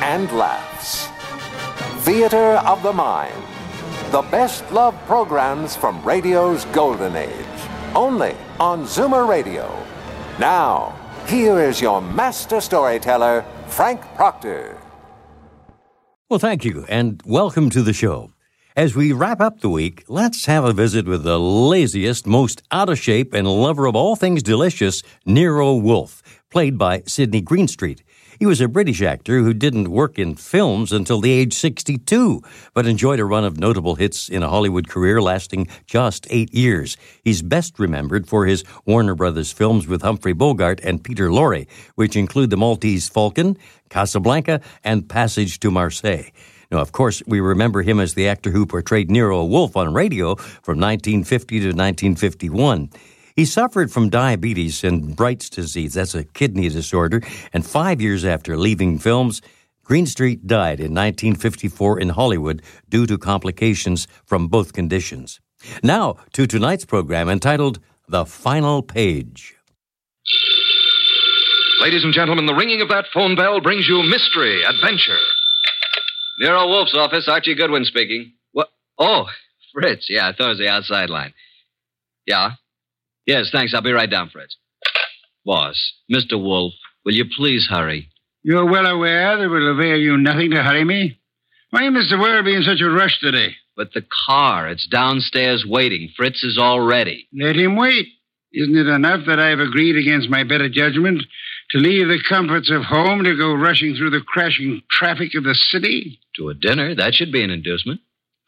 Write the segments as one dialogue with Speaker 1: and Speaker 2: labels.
Speaker 1: and laughs. Theater of the Mind. The best love programs from radio's golden age. Only on Zoomer Radio. Now, here is your master storyteller, Frank Proctor.
Speaker 2: Well, thank you, and welcome to the show. As we wrap up the week, let's have a visit with the laziest, most out of shape, and lover of all things delicious, Nero Wolfe, played by Sidney Greenstreet. He was a British actor who didn't work in films until the age 62, but enjoyed a run of notable hits in a Hollywood career lasting just eight years. He's best remembered for his Warner Brothers films with Humphrey Bogart and Peter Lorre, which include The Maltese Falcon, Casablanca, and Passage to Marseille. Now, of course, we remember him as the actor who portrayed Nero Wolfe on radio from 1950 to 1951. He suffered from diabetes and Bright's disease, that's a kidney disorder, and five years after leaving films, Greenstreet died in 1954 in Hollywood due to complications from both conditions. Now to tonight's program entitled The Final Page.
Speaker 3: Ladies and gentlemen, the ringing of that phone bell brings you mystery, adventure. Nero Wolf's office, Archie Goodwin speaking. What? Oh, Fritz. Yeah, Thursday outside line. Yeah. Yes, thanks. I'll be right down, Fritz. Boss, Mr. Wolf, will you please hurry?
Speaker 4: You're well aware that it will avail you nothing to hurry me. Why must the world be in such a rush today?
Speaker 3: But the car, it's downstairs waiting. Fritz is all ready.
Speaker 4: Let him wait. Isn't it enough that I've agreed against my better judgment to leave the comforts of home to go rushing through the crashing traffic of the city?
Speaker 3: To a dinner, that should be an inducement.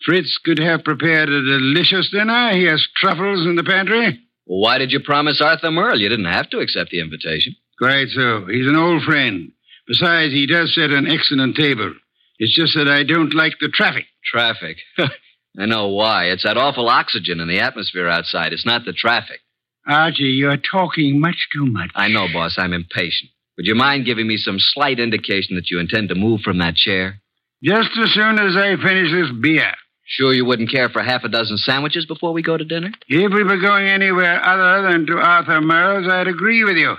Speaker 4: Fritz could have prepared a delicious dinner. He has truffles in the pantry.
Speaker 3: Well, why did you promise Arthur Merle? You didn't have to accept the invitation.
Speaker 4: Quite so. He's an old friend. Besides, he does set an excellent table. It's just that I don't like the traffic.
Speaker 3: Traffic. I know why. It's that awful oxygen in the atmosphere outside. It's not the traffic.
Speaker 4: Archie, you're talking much too much.
Speaker 3: I know, boss, I'm impatient. Would you mind giving me some slight indication that you intend to move from that chair?
Speaker 4: Just as soon as I finish this beer.
Speaker 3: Sure, you wouldn't care for half a dozen sandwiches before we go to dinner?
Speaker 4: If we were going anywhere other than to Arthur Merle's, I'd agree with you.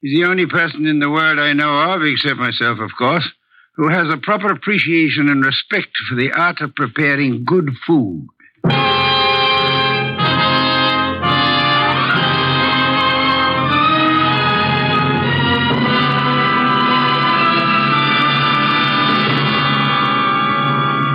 Speaker 4: He's the only person in the world I know of, except myself, of course, who has a proper appreciation and respect for the art of preparing good food.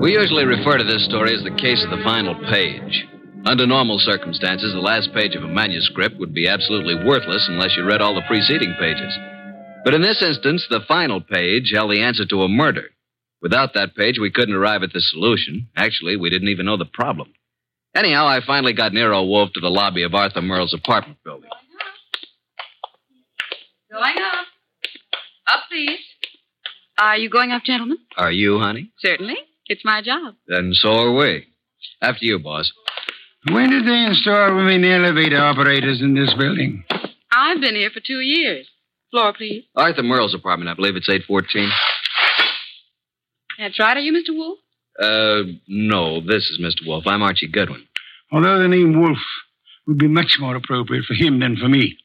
Speaker 3: We usually refer to this story as the case of the final page. Under normal circumstances, the last page of a manuscript would be absolutely worthless unless you read all the preceding pages. But in this instance, the final page held the answer to a murder. Without that page, we couldn't arrive at the solution. Actually, we didn't even know the problem. Anyhow, I finally got Nero Wolfe to the lobby of Arthur Merle's apartment building.
Speaker 5: Going up. Up, please. Are you going up, gentlemen?
Speaker 3: Are you, honey?
Speaker 5: Certainly. It's my job.
Speaker 3: Then so are we. After you, boss.
Speaker 4: When did they install women elevator operators in this building?
Speaker 5: I've been here for two years. Floor, please.
Speaker 3: Arthur Merle's apartment, I believe it's 814.
Speaker 5: That's right. Are you Mr. Wolf?
Speaker 3: Uh, no, this is Mr. Wolf. I'm Archie Goodwin.
Speaker 4: Although the name Wolf would be much more appropriate for him than for me.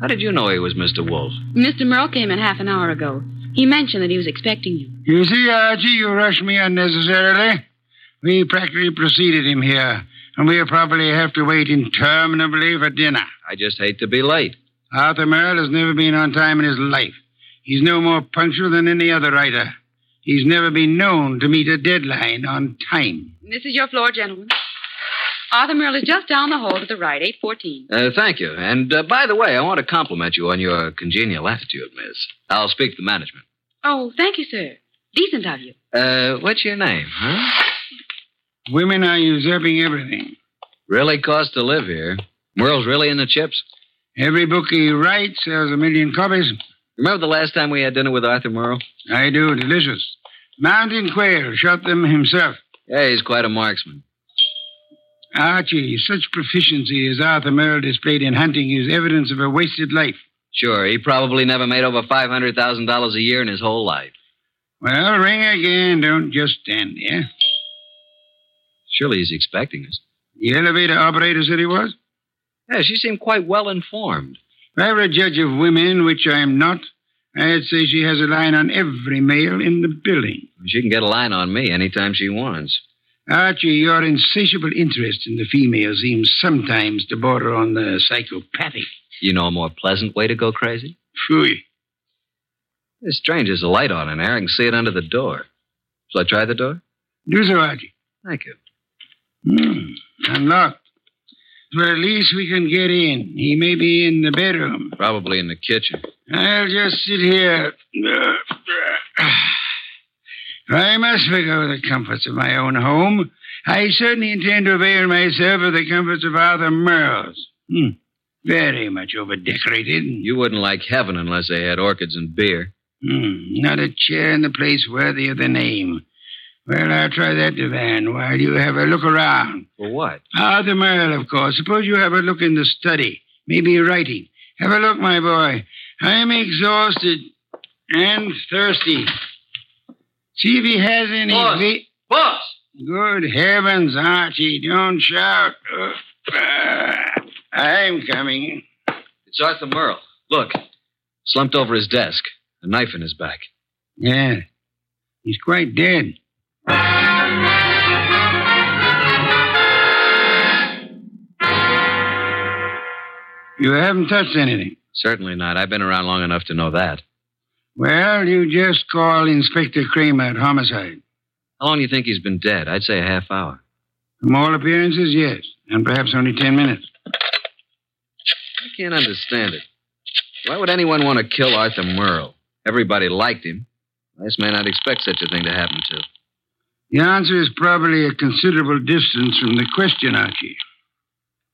Speaker 3: How did you know he was Mr. Wolf?
Speaker 5: Mr. Merle came in half an hour ago. He mentioned that he was expecting you.
Speaker 4: You see, Archie, you rush me unnecessarily. We practically preceded him here, and we'll probably have to wait interminably for dinner.
Speaker 3: I just hate to be late.
Speaker 4: Arthur Merrill has never been on time in his life. He's no more punctual than any other writer. He's never been known to meet a deadline on time.
Speaker 5: This is your floor, gentlemen. Arthur Merle is just down the hall to the right, 814.
Speaker 3: Uh, thank you. And uh, by the way, I want to compliment you on your congenial attitude, miss. I'll speak to the management.
Speaker 5: Oh, thank you, sir. Decent of you.
Speaker 3: Uh, what's your name, huh?
Speaker 4: Women are usurping everything.
Speaker 3: Really costs to live here. Merle's really in the chips.
Speaker 4: Every book he writes sells a million copies.
Speaker 3: Remember the last time we had dinner with Arthur Merle?
Speaker 4: I do, delicious. Mountain Quail shot them himself.
Speaker 3: Yeah, he's quite a marksman.
Speaker 4: Archie, such proficiency as Arthur Merle displayed in hunting is evidence of a wasted life.
Speaker 3: Sure, he probably never made over $500,000 a year in his whole life.
Speaker 4: Well, ring again. Don't just stand there.
Speaker 3: Surely he's expecting us.
Speaker 4: The elevator operator said he was.
Speaker 3: Yeah, she seemed quite well informed.
Speaker 4: If I were a judge of women, which I am not, I'd say she has a line on every male in the building.
Speaker 3: She can get a line on me anytime she wants.
Speaker 4: Archie, your insatiable interest in the female seems sometimes to border on the psychopathic.
Speaker 3: You know a more pleasant way to go crazy?
Speaker 4: Phew.
Speaker 3: It's strange. There's a light on in there. I can see it under the door. Shall I try the door?
Speaker 4: Do so, Archie.
Speaker 3: Thank you.
Speaker 4: Hmm. Unlocked. Well, at least we can get in. He may be in the bedroom.
Speaker 3: Probably in the kitchen.
Speaker 4: I'll just sit here.
Speaker 6: Oh,
Speaker 4: I must forego the comforts of my own home. I certainly intend to avail myself of the comforts of Arthur Merle's. Hmm. Very much overdecorated.
Speaker 3: You wouldn't like heaven unless they had orchids and beer.
Speaker 4: Hmm. Not a chair in the place worthy of the name. Well, I'll try that divan while you have a look around.
Speaker 3: For what?
Speaker 4: Arthur Merle, Ah, of course. Suppose you have a look in the study. Maybe writing. Have a look, my boy. I'm exhausted and thirsty. See if he has any.
Speaker 3: Boss.
Speaker 4: ve-
Speaker 3: Boss!
Speaker 4: Good heavens, Archie, don't shout. Ugh. Ah, I'm coming.
Speaker 3: It's Arthur Merle. Look. Slumped over his desk, a knife in his back.
Speaker 4: Yeah, he's quite dead. You haven't touched anything.
Speaker 3: Certainly not. I've been around long enough to know that.
Speaker 4: Well, you just call Inspector Kramer at homicide.
Speaker 3: How long do you think he's been dead? I'd say a half hour.
Speaker 4: From all appearances, yes, and perhaps only ten minutes.
Speaker 3: I can't understand it. Why would anyone want to kill Arthur Merle? Everybody liked him. This man, I'd expect such a thing to happen to.
Speaker 4: The answer is probably a considerable distance from the question, Archie.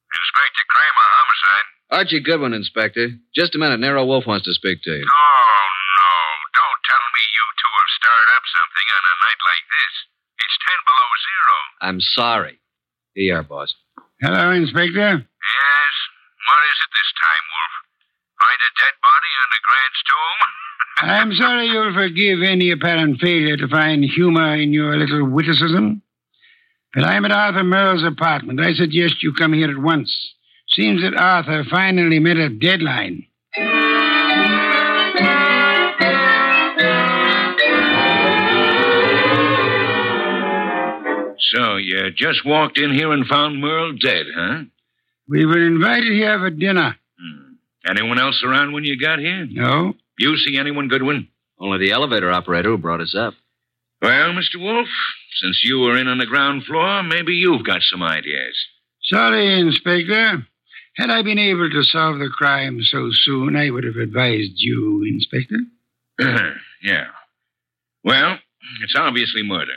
Speaker 7: Inspector Kramer, homicide.
Speaker 3: Archie Goodwin, Inspector. Just a minute. Nero Wolf wants to speak to you.
Speaker 7: Oh, no. Don't tell me you two have started up something on a night like this. It's ten below zero.
Speaker 3: I'm sorry. Here you are, boss.
Speaker 4: Hello, Inspector.
Speaker 7: Yes? What is it this time, Wolf? Find a dead body under Grant's tomb?
Speaker 4: I'm sorry you'll forgive any apparent failure to find humor in your little witticism. But I'm at Arthur Merle's apartment. I suggest you come here at once. Seems that Arthur finally met a deadline.
Speaker 7: So, you just walked in here and found Merle dead, huh?
Speaker 4: We were invited here for dinner.
Speaker 7: Anyone else around when you got here?
Speaker 4: No?
Speaker 7: You see anyone, Goodwin?
Speaker 3: Only the elevator operator who brought us up.
Speaker 7: Well, Mr. Wolf, since you were in on the ground floor, maybe you've got some ideas.
Speaker 4: Sorry, Inspector. Had I been able to solve the crime so soon, I would have advised you, Inspector.
Speaker 7: yeah. Well, it's obviously murder.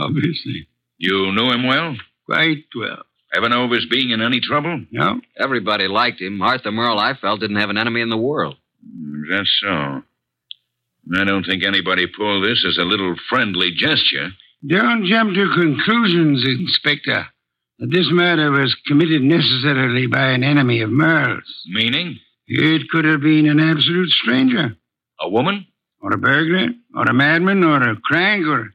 Speaker 4: Obviously.
Speaker 7: You knew him well?
Speaker 4: Quite well.
Speaker 7: Ever know of his being in any trouble?
Speaker 4: No?
Speaker 3: Everybody liked him. Arthur Merle, I felt, didn't have an enemy in the world.
Speaker 7: Mm, That's so. I don't think anybody pulled this as a little friendly gesture.
Speaker 4: Don't jump to conclusions, Inspector. That this murder was committed necessarily by an enemy of Merle's.
Speaker 7: Meaning?
Speaker 4: It could have been an absolute stranger,
Speaker 7: A woman?
Speaker 4: or a burglar, or a madman, or a crank, or.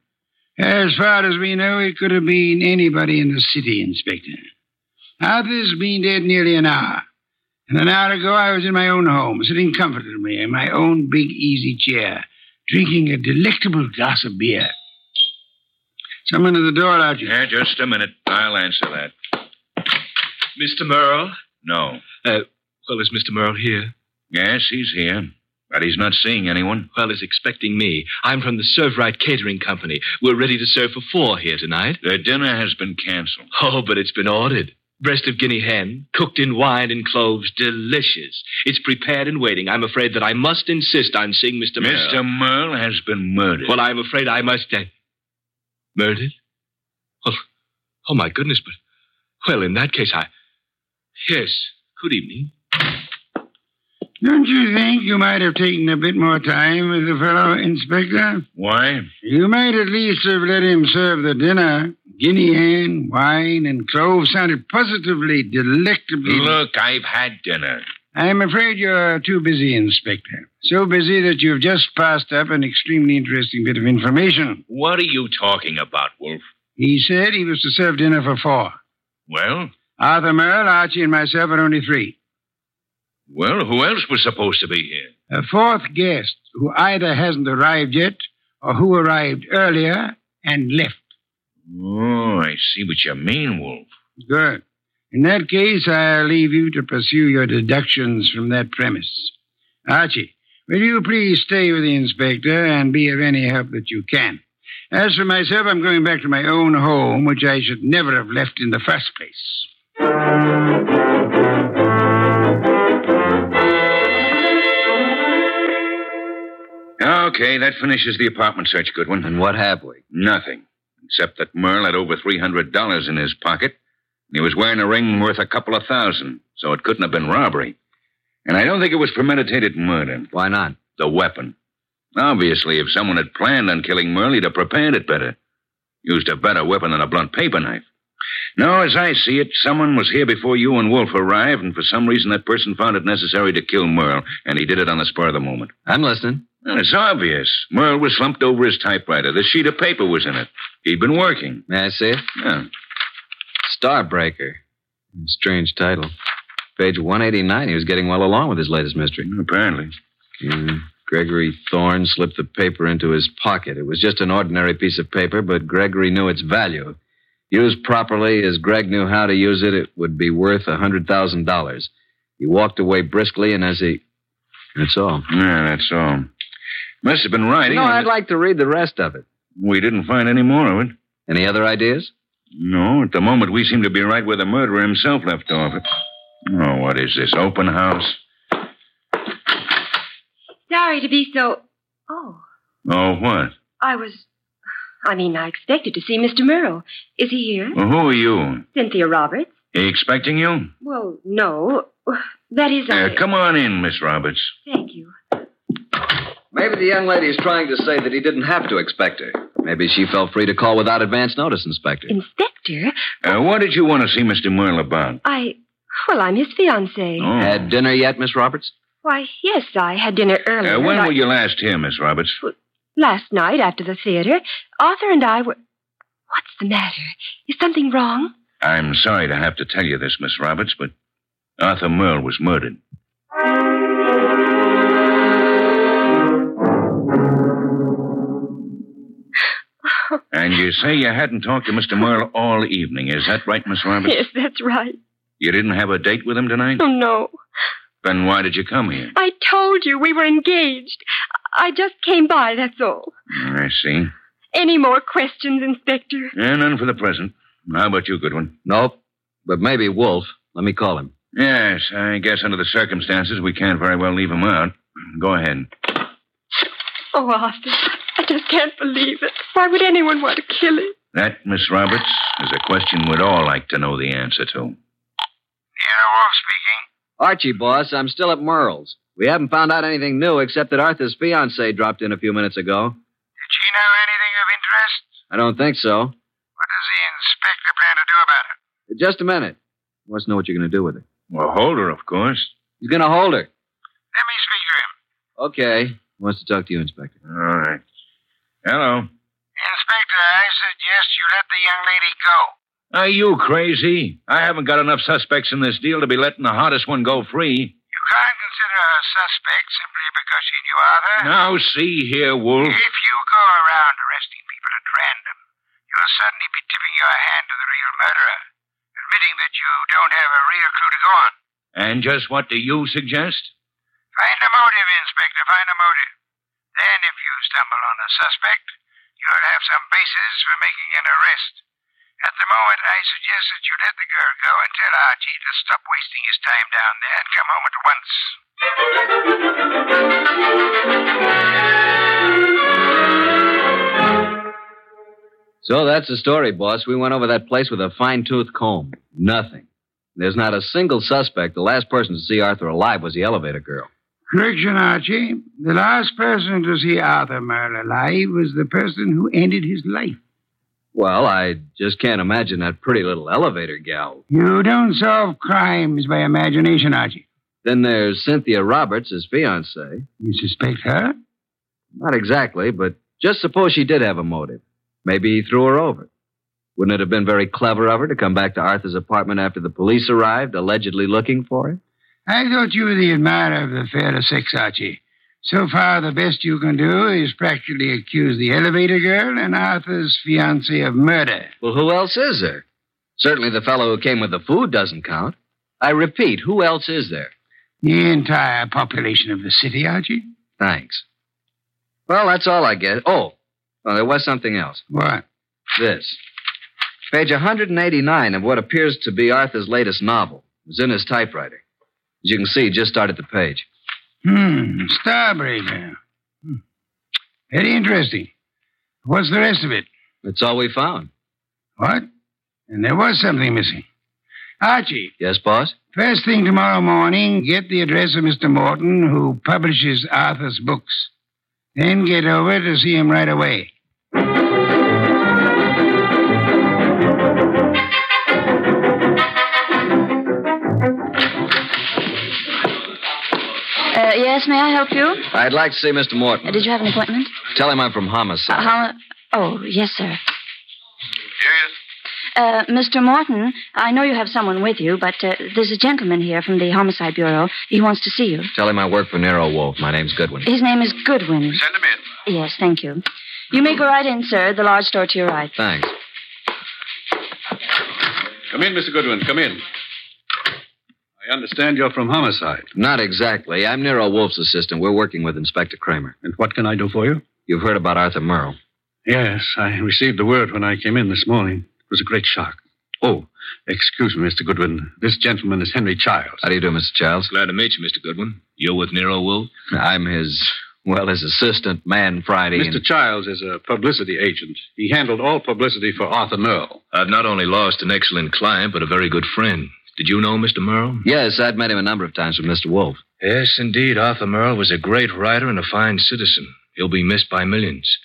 Speaker 4: As far as we know, it could have been anybody in the city, Inspector. Arthur's been dead nearly an hour. And an hour ago, I was in my own home, sitting comfortably in my own big easy chair, drinking a delectable glass of beer. Someone at the door, Archie.
Speaker 7: Yeah, just a minute. I'll answer that.
Speaker 8: Mr. Merle? Uh,
Speaker 7: No.
Speaker 8: Well, is Mr. Merle here?
Speaker 7: Yes, he's here. But he's not seeing anyone.
Speaker 8: Well, he's expecting me. I'm from the Servrite Catering Company. We're ready to serve for four here tonight.
Speaker 7: The dinner has been canceled.
Speaker 8: Oh, but it's been ordered. Breast of guinea hen, cooked in wine and cloves, delicious. It's prepared and waiting. I'm afraid that I must insist on seeing Mr. Merrill.
Speaker 7: Mr. Merle has been murdered.
Speaker 8: Well, I'm afraid I must. Uh, murdered? Well, oh my goodness, but. Well, in that case, I. Yes, good evening.
Speaker 4: Don't you think you might have taken a bit more time with the fellow, Inspector?
Speaker 7: Why?
Speaker 4: You might at least have let him serve the dinner. Guinea hen, wine, and clove sounded positively delectably.
Speaker 7: Look, I've had dinner.
Speaker 4: I'm afraid you're too busy, Inspector. So busy that you've just passed up an extremely interesting bit of information.
Speaker 7: What are you talking about, Wolf?
Speaker 4: He said he was to serve dinner for four.
Speaker 7: Well?
Speaker 4: Arthur Merle, Archie, and myself are only three.
Speaker 7: Well, who else was supposed to be here?
Speaker 4: A fourth guest who either hasn't arrived yet or who arrived earlier and left.
Speaker 7: Oh, I see what you mean, Wolf.
Speaker 4: Good. In that case, I'll leave you to pursue your deductions from that premise. Archie, will you please stay with the inspector and be of any help that you can? As for myself, I'm going back to my own home, which I should never have left in the first place.
Speaker 7: Okay, that finishes the apartment search, Goodwin.
Speaker 3: And what have we?
Speaker 7: Nothing. Except that Merle had over $300 in his pocket, and he was wearing a ring worth a couple of thousand, so it couldn't have been robbery. And I don't think it was premeditated murder,
Speaker 3: Why not?
Speaker 7: the weapon. Obviously, if someone had planned on killing Merle, he'd have prepared it better. Used a better weapon than a blunt paper knife. No, as I see it, someone was here before you and Wolf arrived, and for some reason that person found it necessary to kill Merle, and he did it on the spur of the moment.
Speaker 3: I'm listening.
Speaker 7: Well, it's obvious. Merle was slumped over his typewriter. The sheet of paper was in it. He'd been working.
Speaker 3: May I see it?
Speaker 7: Yeah.
Speaker 3: Starbreaker. Strange title. Page 189, he was getting well along with his latest mystery.
Speaker 7: Apparently.
Speaker 3: Mm, Gregory Thorne slipped the paper into his pocket. It was just an ordinary piece of paper, but Gregory knew its value. Used properly, as Greg knew how to use it, it would be worth a $100,000. He walked away briskly, and as he. That's all.
Speaker 7: Yeah, that's all. Must have been writing.
Speaker 3: No,
Speaker 7: and
Speaker 3: I'd like to read the rest of it.
Speaker 7: We didn't find any more of it.
Speaker 3: Any other ideas?
Speaker 7: No, at the moment we seem to be right where the murderer himself left off. Oh, what is this? Open house?
Speaker 9: Sorry to be so. Oh,
Speaker 7: Oh, what?
Speaker 9: I was. I mean, I expected to see Mr. Merle. Is he here?
Speaker 7: Well, who are you?
Speaker 9: Cynthia Roberts?
Speaker 7: He expecting you?
Speaker 9: Well, no. That is.
Speaker 7: Yeah,
Speaker 9: I...
Speaker 7: come on in, Miss Roberts.
Speaker 9: Thank you.
Speaker 3: Maybe the young lady is trying to say that he didn't have to expect her. Maybe she felt free to call without advance notice, Inspector.
Speaker 9: Inspector,
Speaker 7: Uh, what did you want to see Mr. Merle about?
Speaker 9: I. Well, I'm his fiancée.
Speaker 7: Oh.
Speaker 3: Had dinner yet, Miss Roberts?
Speaker 9: Why, yes, I had dinner earlier.
Speaker 7: Uh, when
Speaker 9: and I-
Speaker 7: were you last here, Miss Roberts?
Speaker 9: Last night after the theater, Arthur and I were. What's the matter? Is something wrong?
Speaker 7: I'm sorry to have to tell you this, Miss Roberts, but Arthur Merle was murdered. And you say you hadn't talked to Mr. Merle all evening. Is that right, Miss Roberts?
Speaker 9: Yes, that's right.
Speaker 7: You didn't have a date with him tonight?
Speaker 9: Oh, no.
Speaker 7: Then why did you come here?
Speaker 9: I told you we were engaged. I just came by, that's all.
Speaker 7: I see.
Speaker 9: Any more questions, Inspector?
Speaker 7: Yeah, none for the present. How about you, Goodwin?
Speaker 3: Nope. But maybe Wolf. Let me call him.
Speaker 7: Yes, I guess under the circumstances, we can't very well leave him out. Go ahead.
Speaker 9: Oh, Arthur, I just can't believe it. Why would anyone want to kill him?
Speaker 7: That, Miss Roberts, is a question we'd all like to know the answer to. Yeah, Wolf speaking.
Speaker 3: Archie, boss, I'm still at Merle's. We haven't found out anything new except that Arthur's fiancée dropped in a few minutes ago.
Speaker 7: Did she know anything of interest?
Speaker 3: I don't think so.
Speaker 7: What does the inspector plan to do about it?
Speaker 3: Just a minute. He wants to know what you're going to do with her.
Speaker 7: Well, hold her, of course.
Speaker 3: He's going to hold her.
Speaker 7: Let me speak to him.
Speaker 3: Okay. He wants to talk to you, Inspector.
Speaker 7: All right. Hello.
Speaker 4: Inspector, I suggest you let the young lady go.
Speaker 7: Are you crazy? I haven't got enough suspects in this deal to be letting the hottest one go free.
Speaker 4: You can't consider her a suspect simply because she knew Arthur.
Speaker 7: Now, see here, Wolf.
Speaker 4: If you go around arresting people at random, you'll suddenly be tipping your hand to the real murderer, admitting that you don't have a real clue to go on.
Speaker 7: And just what do you suggest?
Speaker 4: Find a motive, Inspector. Find a motive. Then, if you stumble on a suspect, you'll have some basis for making an arrest. At the moment, I suggest that you let the girl go and tell Archie to stop wasting his time down there and come home at once.
Speaker 3: So that's the story, boss. We went over that place with a fine tooth comb. Nothing. There's not a single suspect. The last person to see Arthur alive was the elevator girl.
Speaker 4: Correction, Archie. The last person to see Arthur Merle alive was the person who ended his life.
Speaker 3: Well, I just can't imagine that pretty little elevator gal.
Speaker 4: You don't solve crimes by imagination, Archie.
Speaker 3: Then there's Cynthia Roberts, his fiancée.
Speaker 4: You suspect her?
Speaker 3: Not exactly, but just suppose she did have a motive. Maybe he threw her over. Wouldn't it have been very clever of her to come back to Arthur's apartment after the police arrived, allegedly looking for him?
Speaker 4: I thought you were the admirer of the fairer sex, Archie. So far, the best you can do is practically accuse the elevator girl and Arthur's fiancée of murder.
Speaker 3: Well, who else is there? Certainly the fellow who came with the food doesn't count. I repeat, who else is there?
Speaker 4: The entire population of the city, Archie.
Speaker 3: Thanks. Well, that's all I get. Oh, well, there was something else.
Speaker 4: What?
Speaker 3: This. Page 189 of what appears to be Arthur's latest novel It was in his typewriter. As you can see, he just started the page.
Speaker 4: Hmm, Starbreaker. Hmm. Very interesting. What's the rest of it?
Speaker 3: That's all we found.
Speaker 4: What? And there was something missing. Archie,
Speaker 3: Yes, boss?
Speaker 4: first thing tomorrow morning, get the address of Mr. Morton, who publishes Arthur's books. Then get over to see him right away.
Speaker 10: Uh, yes, may I help you?
Speaker 3: I'd like to see Mr. Morton.
Speaker 10: Uh, did you have an appointment?
Speaker 3: Tell him I'm from homicide.
Speaker 10: Uh, how? Oh, yes, sir. Uh, Mr. Morton, I know you have someone with you, but uh, there's a gentleman here from the Homicide Bureau. He wants to see you.
Speaker 3: Tell him I work for Nero Wolf. My name's Goodwin.
Speaker 10: His name is Goodwin. Send him in. Yes, thank you. You may go right in, sir. The large door to your right.
Speaker 3: Thanks.
Speaker 11: Come in, Mr. Goodwin. Come in. I understand you're from homicide.
Speaker 3: Not exactly. I'm Nero Wolf's assistant. We're working with Inspector Kramer.
Speaker 11: And what can I do for you?
Speaker 3: You've heard about Arthur Merle.
Speaker 11: Yes, I received the word when I came in this morning. It was a great shock. Oh, excuse me, Mr. Goodwin. This gentleman is Henry Childs.
Speaker 3: How do you do, Mr. Childs?
Speaker 8: Glad to meet you, Mr. Goodwin. You're with Nero Wolf?
Speaker 3: I'm his, well, his assistant, Man Friday.
Speaker 11: Mr.
Speaker 3: and-
Speaker 11: Childs is a publicity agent. He handled all publicity for Arthur Merle.
Speaker 8: I've not only lost an excellent client, but a very good friend. Did you know Mr. Merle?
Speaker 3: Yes, I'd met him a number of times with Mr. Wolf.
Speaker 8: Yes, indeed. Arthur Merle was a great writer and a fine citizen. He'll be missed by millions.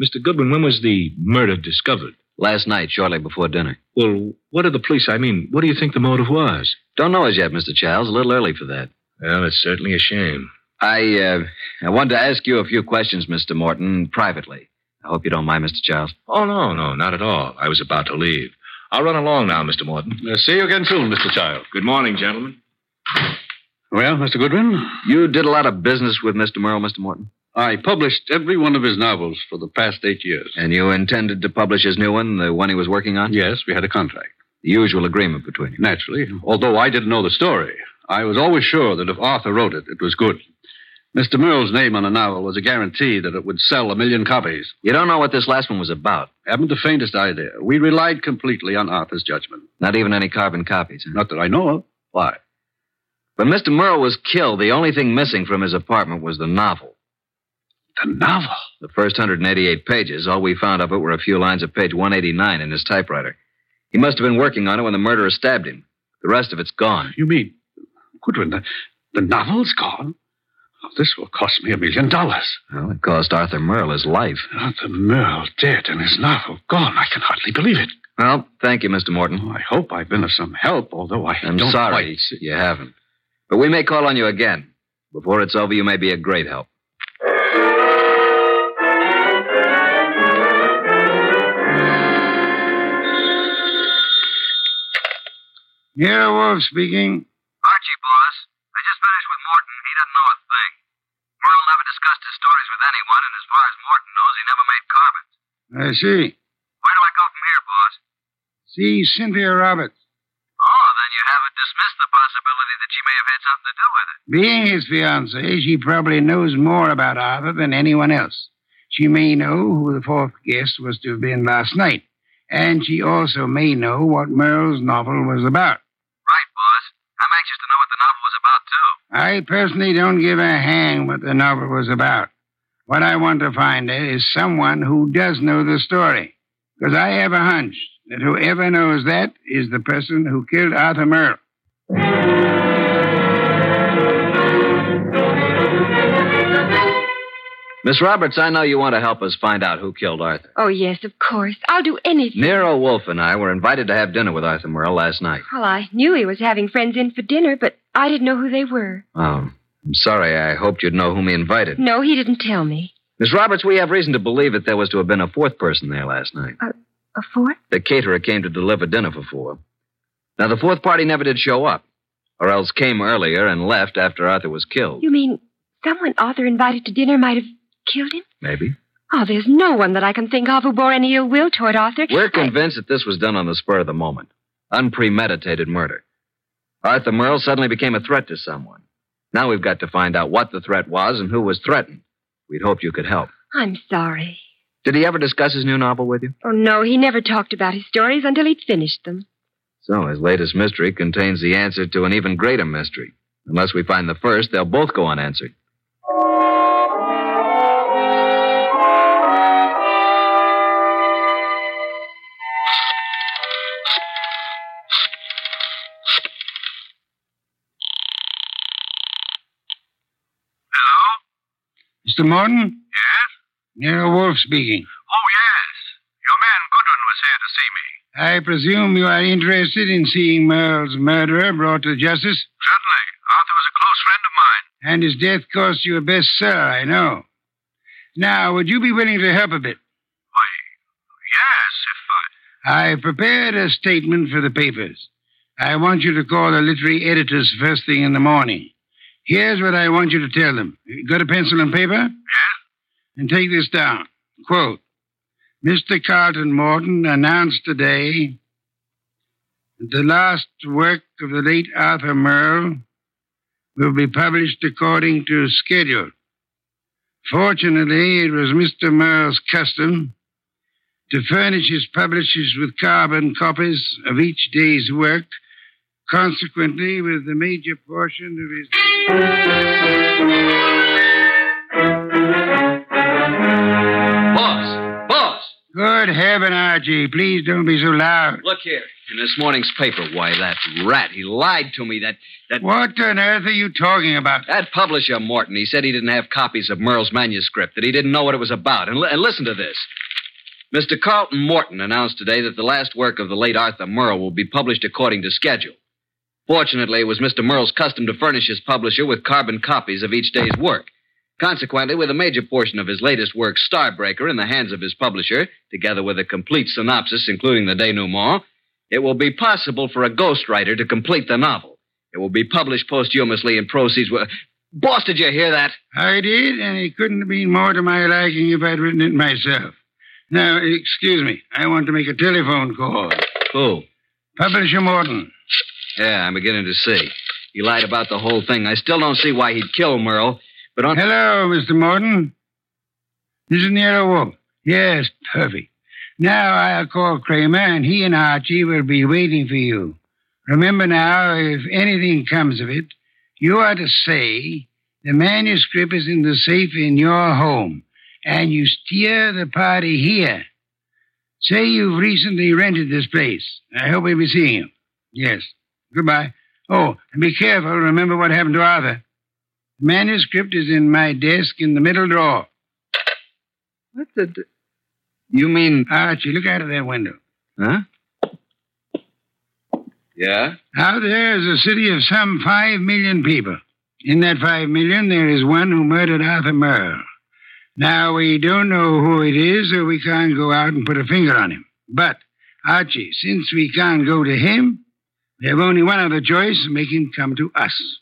Speaker 8: Mr. Goodwin, when was the murder discovered?
Speaker 3: Last night, shortly before dinner.
Speaker 8: Well, what do the police? I mean, what do you think the motive was?
Speaker 3: Don't know as yet, Mr. Childs. A little early for that.
Speaker 8: Well, it's certainly a shame.
Speaker 3: I, uh, I wanted to ask you a few questions, Mr. Morton, privately. I hope you don't mind, Mr. Childs.
Speaker 8: Oh, no, no, not at all. I was about to leave. I'll run along now, Mr. Morton.
Speaker 11: Uh, see you again soon, Mr. Childs.
Speaker 8: Good morning, gentlemen.
Speaker 11: Well, Mr. Goodwin,
Speaker 3: You did a lot of business with Mr. Merle, Mr. Morton,
Speaker 11: I published every one of his novels for the past eight years.
Speaker 3: and you intended to publish his new one, the one he was working on?
Speaker 11: Yes, we had a contract.
Speaker 3: The usual agreement between you.
Speaker 11: Naturally, although I didn't know the story, I was always sure that if Arthur wrote it, it was good. Mr. Merle's name on a novel was a guarantee that it would sell a million copies.
Speaker 3: You don't know what this last one was about.
Speaker 11: Haven't the faintest idea. We relied completely on Arthur's judgment.
Speaker 3: Not even any carbon copies. Huh?
Speaker 11: Not that I know of. Why?
Speaker 3: When Mr. Merle was killed, the only thing missing from his apartment was the novel.
Speaker 11: The novel.
Speaker 3: The first 188 pages, all we found of it were a few lines of page 189 in his typewriter. He must have been working on it when the murderer stabbed him. The rest of it's gone.
Speaker 11: You mean, Goodwin, the, the novel's gone? Oh, this will cost me a million dollars.
Speaker 3: Well, it cost Arthur Merle his life.
Speaker 11: Arthur Merle dead and his novel gone. I can hardly believe it.
Speaker 3: Well, thank you, Mr. Morton.
Speaker 11: Oh, I hope I've been of some help, although I
Speaker 3: I'm
Speaker 11: don't
Speaker 3: sorry
Speaker 11: quite-
Speaker 3: you haven't. But we may call on you again. Before it's over, you may be a great help.
Speaker 4: Nero Wolf speaking.
Speaker 3: Archie, boss. I just finished with Morton. He doesn't know a thing. Merle never discussed his stories with anyone, and as far as Morton knows, he never made carbons.
Speaker 4: I see.
Speaker 3: Where do I go from here, boss?
Speaker 4: See Cynthia Roberts.
Speaker 3: Oh, then you haven't dismissed the possibility that she may have had something to do with it.
Speaker 4: Being his fiancée, she probably knows more about Arthur than anyone else. She may know who the fourth guest was to have been last night, and she also may know what Merle's novel was about.
Speaker 6: I'm anxious to know what the novel was
Speaker 4: I
Speaker 6: about, too.
Speaker 4: personally don't give a hang what the novel was about. What I want to find out is someone who does know the story. Because I have a hunch that whoever knows that is the person who killed Arthur Merle.
Speaker 3: Miss Roberts, I know you want to help us find out who killed Arthur.
Speaker 9: Oh, yes, of course. I'll do anything.
Speaker 3: Nero Wolf and I were invited to have dinner with Arthur Merle last night.
Speaker 9: Well, I knew he was having friends in for dinner, but I didn't know who they were.
Speaker 3: Oh, I'm sorry. I hoped you'd know whom he invited.
Speaker 9: No, he didn't tell me.
Speaker 3: Miss Roberts, we have reason to believe that there was to have been a fourth person there last night.
Speaker 9: A fourth?
Speaker 3: The caterer came to deliver dinner for four. Now, the fourth party never did show up, or else came earlier and left after Arthur was killed.
Speaker 9: You mean someone Arthur invited to dinner might have killed him?
Speaker 3: Maybe.
Speaker 9: Oh, there's no one that I can think of who bore any ill will toward Arthur.
Speaker 3: We're convinced that this was done on the spur of the moment unpremeditated murder. Arthur Merle suddenly became a threat to someone. Now we've got to find out what the threat was and who was threatened. We'd hoped you could help.
Speaker 9: I'm sorry.
Speaker 3: Did he ever discuss his new novel with you?
Speaker 9: Oh, no, he never talked about his stories until he'd finished them.
Speaker 3: So, his latest mystery contains the answer to an even greater mystery. Unless we find the first, they'll both go unanswered.
Speaker 4: Mr. Morton? Yes? Nero Wolf speaking.
Speaker 6: Oh, yes. Your man Goodwin was here to see me.
Speaker 4: I presume you are interested in seeing Merle's murderer brought to justice?
Speaker 6: Certainly. Arthur was a close friend of mine.
Speaker 4: And his death cost you a bestseller, I know. Now, would you be willing to help a bit?
Speaker 6: Why, yes, if I.
Speaker 4: I prepared a statement for the papers. I want you to call the literary editors first thing in the morning. Here's what I want you to tell them. You Got a pencil and paper? Yeah. And take this down. Quote Mr. Carlton Morton announced today that the last work of the late Arthur Merle will be published according to schedule. Fortunately, it was Mr. Merle's custom to furnish his publishers with carbon copies of each day's work, consequently, with the major portion of his.
Speaker 3: Boss! Boss!
Speaker 4: Good heaven, Archie, please don't be so loud.
Speaker 3: Look here. In this morning's paper, why, that rat, he lied to me. That. that
Speaker 4: What on earth are you talking about?
Speaker 3: That publisher, Morton, he said he didn't have copies of Merle's manuscript, that he didn't know what it was about. And, li- and listen to this. Mr. Carlton Morton announced today that the last work of the late Arthur Merle will be published according to schedule. Fortunately, it was Mr. Merle's custom to furnish his publisher with carbon copies of each day's work. Consequently, with a major portion of his latest work, Starbreaker, in the hands of his publisher, together with a complete synopsis, including the denouement, it will be possible for a ghostwriter to complete the novel. It will be published posthumously and proceeds will. Boss, did you hear that?
Speaker 4: I did, and it couldn't have been more to my liking if I'd written it myself. Now, excuse me, I want to make a telephone call.
Speaker 3: Who?
Speaker 4: Publisher Morton.
Speaker 3: Yeah, I'm beginning to see. He lied about the whole thing. I still don't see why he'd kill Merle, but on.
Speaker 4: Hello, Mr. Morton. This is Nero Wolf. Yes, perfect. Now I'll call Kramer, and he and Archie will be waiting for you. Remember now, if anything comes of it, you are to say the manuscript is in the safe in your home, and you steer the party here. Say you've recently rented this place. I hope we'll be seeing you. Yes. Goodbye. Oh, and be careful. Remember what happened to Arthur. The manuscript is in my desk in the middle drawer. What the. D-
Speaker 3: you mean.
Speaker 4: Archie, look out of that window.
Speaker 3: Huh? Yeah?
Speaker 4: Out there is a city of some five million people. In that five million, there is one who murdered Arthur Merle. Now, we don't know who it is, so we can't go out and put a finger on him. But, Archie, since we can't go to him, we have only one other choice make him come to us.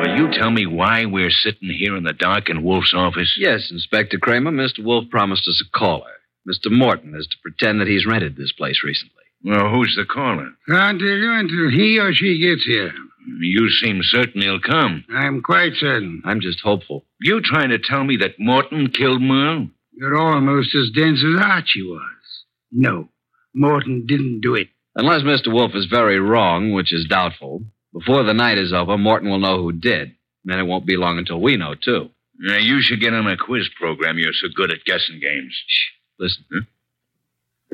Speaker 7: Will you tell me why we're sitting here in the dark in Wolf's office?
Speaker 3: Yes, Inspector Kramer. Mr. Wolf promised us a caller. Mr. Morton is to pretend that he's rented this place recently.
Speaker 7: Well, who's the caller?
Speaker 4: Can't tell you until he or she gets here.
Speaker 7: You seem certain he'll come.
Speaker 4: I'm quite certain.
Speaker 3: I'm just hopeful.
Speaker 7: You trying to tell me that Morton killed Merle?
Speaker 4: You're almost as dense as Archie was. No, Morton didn't do it.
Speaker 3: Unless Mr. Wolf is very wrong, which is doubtful, before the night is over, Morton will know who did. And it won't be long until we know, too.
Speaker 7: Yeah, you should get on a quiz program. You're so good at guessing games. Shh.
Speaker 3: Listen.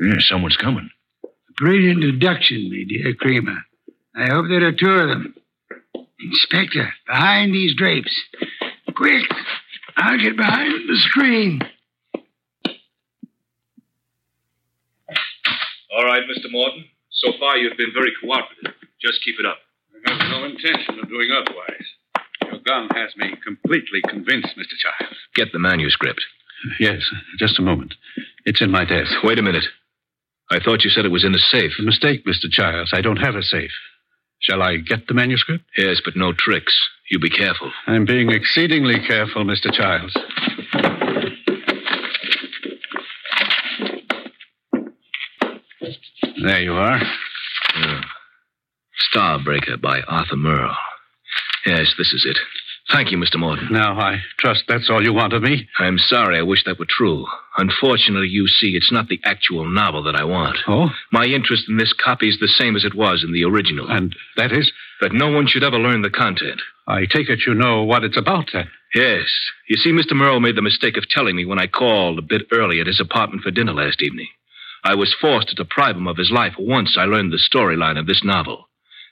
Speaker 7: Yeah, someone's coming.
Speaker 4: Brilliant deduction, my dear Creamer. I hope there are two of them. Inspector, behind these drapes. Quick! I'll get behind the screen.
Speaker 12: All right, Mr. Morton. So far, you've been very cooperative. Just keep it up.
Speaker 11: I have no intention of doing otherwise. Your gun has me completely convinced, Mr. Child.
Speaker 8: Get the manuscript.
Speaker 13: Yes, just a moment. It's in my desk.
Speaker 8: Wait a minute. I thought you said it was in the safe.
Speaker 13: A mistake, Mr. Childs. I don't have a safe. Shall I get the manuscript?
Speaker 8: Yes, but no tricks. You be careful.
Speaker 13: I'm being exceedingly careful, Mr. Childs. There you are.
Speaker 8: Starbreaker by Arthur Merle. Yes, this is it. Thank you, Mr. Morton.
Speaker 13: Now, I trust that's all you want of me.
Speaker 8: I'm sorry. I wish that were true. Unfortunately, you see, it's not the actual novel that I want.
Speaker 13: Oh?
Speaker 8: My interest in this copy is the same as it was in the original.
Speaker 13: And that is?
Speaker 8: That no one should ever learn the content.
Speaker 13: I take it you know what it's about, then.
Speaker 8: Yes. You see, Mr. Merle made the mistake of telling me when I called a bit early at his apartment for dinner last evening. I was forced to deprive him of his life once I learned the storyline of this novel.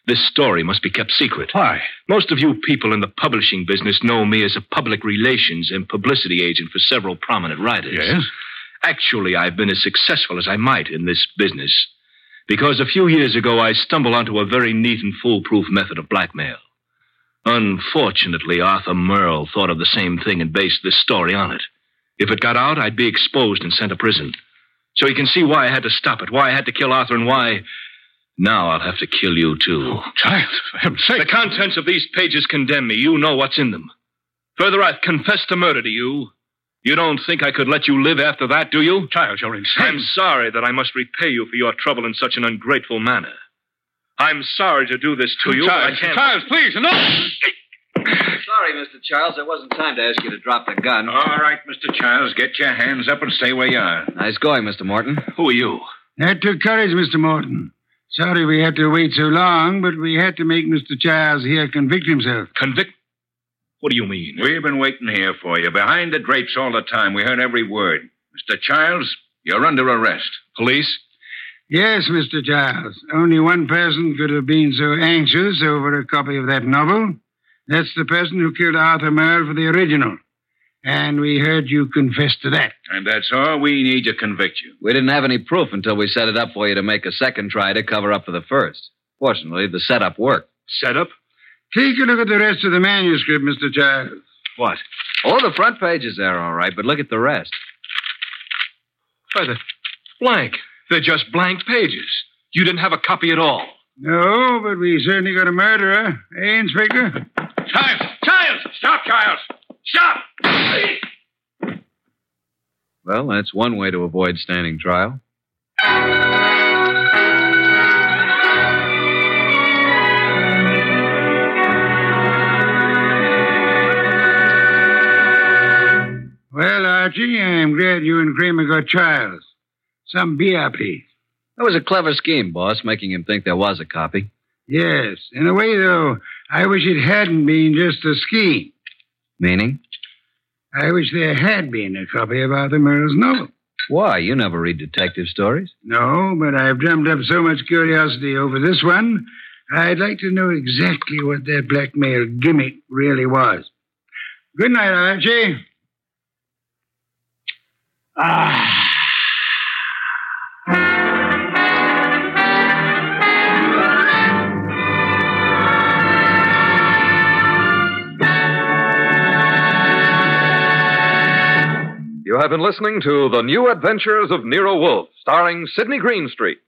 Speaker 8: This story must be kept secret.
Speaker 13: Why?
Speaker 8: Most of you people in the publishing business know me as a public relations and publicity agent for several prominent writers.
Speaker 13: Yes?
Speaker 8: Actually, I've been as successful as I might in this business because a few years ago I stumbled onto a very neat and foolproof method of blackmail. Unfortunately, Arthur Merle thought of the same thing and based this story on it. If it got out, I'd be exposed and sent to prison. So you can see why I had to stop it, why I had to kill Arthur, and why. Now I'll have to kill you, too.
Speaker 13: Child, for heaven's sake.
Speaker 8: The contents of these pages condemn me. You know what's in them. Further, I've confessed to murder to you. You don't think I could let you live after that, do you?
Speaker 13: Child, you're insane.
Speaker 8: I'm sorry that I must repay you for your trouble in such an ungrateful manner. I'm sorry to do this to you,
Speaker 13: Child,
Speaker 8: but I can't.
Speaker 13: Child, please, enough!
Speaker 3: Sorry, Mr. Charles. There wasn't time to ask you to drop the gun.
Speaker 7: All right, Mr. Childs, get your hands up and stay where you are.
Speaker 3: Nice going, Mr. Morton.
Speaker 8: Who are you?
Speaker 4: That took courage, Mr. Morton. Sorry we had to wait so long, but we had to make Mr. Childs here convict himself.
Speaker 8: Convict? What do you mean?
Speaker 7: We've been waiting here for you, behind the drapes all the time. We heard every word. Mr. Childs, you're under arrest.
Speaker 8: Police?
Speaker 4: Yes, Mr. Giles. Only one person could have been so anxious over a copy of that novel. That's the person who killed Arthur Merle for the original. And we heard you confess to that.
Speaker 7: And that's all we need to convict you.
Speaker 3: We didn't have any proof until we set it up for you to make a second try to cover up for the first. Fortunately, the setup worked.
Speaker 8: Setup?
Speaker 4: Take a look at the rest of the manuscript, Mr. Giles.
Speaker 8: What?
Speaker 3: Oh, the front page is there, all right, but look at the rest.
Speaker 8: Why, they're blank. They're just blank pages. You didn't have a copy at all.
Speaker 4: No, but we certainly got a murderer. Eh, Inspector?
Speaker 11: Child! Child! Stop, Child! Stop!
Speaker 3: Well, that's one way to avoid standing trial.
Speaker 4: Well, Archie, I'm glad you and Kramer got Childs. Some beer, please.
Speaker 3: That was a clever scheme, boss, making him think there was a copy.
Speaker 4: Yes. In a way, though, I wish it hadn't been just a scheme.
Speaker 3: Meaning?
Speaker 4: I wish there had been a copy of Arthur Merle's novel.
Speaker 3: Why? You never read detective stories.
Speaker 4: No, but I've drummed up so much curiosity over this one, I'd like to know exactly what that blackmail gimmick really was. Good night, Archie. Ah.
Speaker 8: You have been listening to The New Adventures of Nero Wolf, starring Sidney Greenstreet.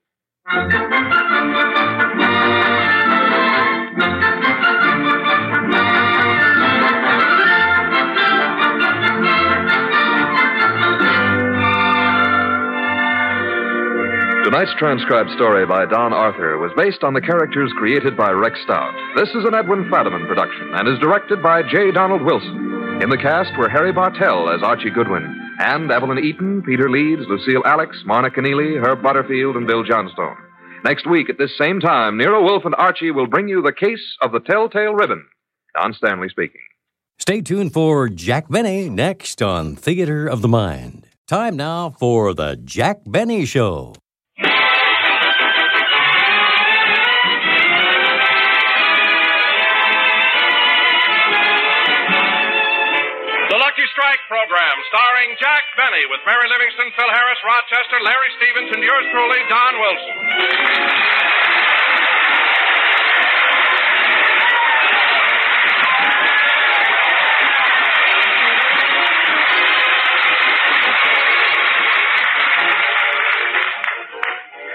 Speaker 14: Tonight's transcribed story by Don Arthur was based on the characters created by Rex Stout. This is an Edwin Fadiman production and is directed by J. Donald Wilson. In the cast were Harry Bartell as Archie Goodwin and Evelyn Eaton, Peter Leeds, Lucille Alex, Marna Keneally, Herb Butterfield, and Bill Johnstone. Next week at this same time, Nero Wolf and Archie will bring you the case of the Telltale Ribbon. Don Stanley speaking.
Speaker 2: Stay tuned for Jack Benny next on Theater of the Mind. Time now for The Jack Benny Show.
Speaker 15: The Lucky Strike program, starring Jack Benny with Mary Livingston, Phil Harris, Rochester, Larry Stevens, and yours truly, Don Wilson.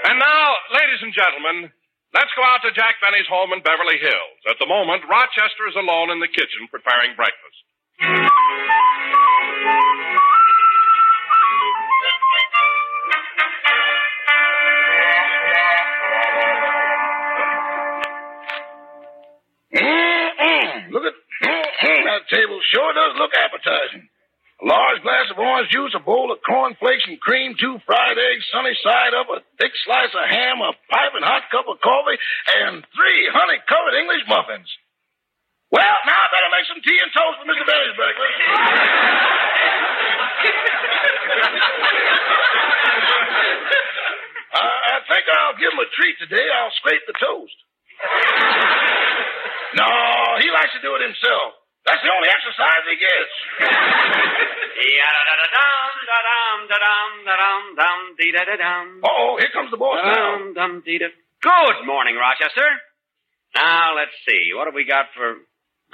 Speaker 15: And now, ladies and gentlemen, let's go out to Jack Benny's home in Beverly Hills. At the moment, Rochester is alone in the kitchen preparing breakfast.
Speaker 16: Mm-mm. Mm-hmm. Look at mm-hmm. that table. Sure does look appetizing. A large glass of orange juice, a bowl of cornflakes and cream, two fried eggs, sunny side up, a thick slice of ham, a piping hot cup of coffee, and three honey-covered English muffins. Well, now I better make some tea and toast for Mr. Benny's breakfast. I, I think I'll give him a treat today. I'll scrape the toast. No, he likes to do it himself. That's the only exercise he gets.
Speaker 17: Dum da dum da dum da dum dum dee da da dum.
Speaker 16: Uh-oh, here comes the boss now.
Speaker 17: Dum dum dee da. Good morning, Rochester. Now let's see. What have we got for?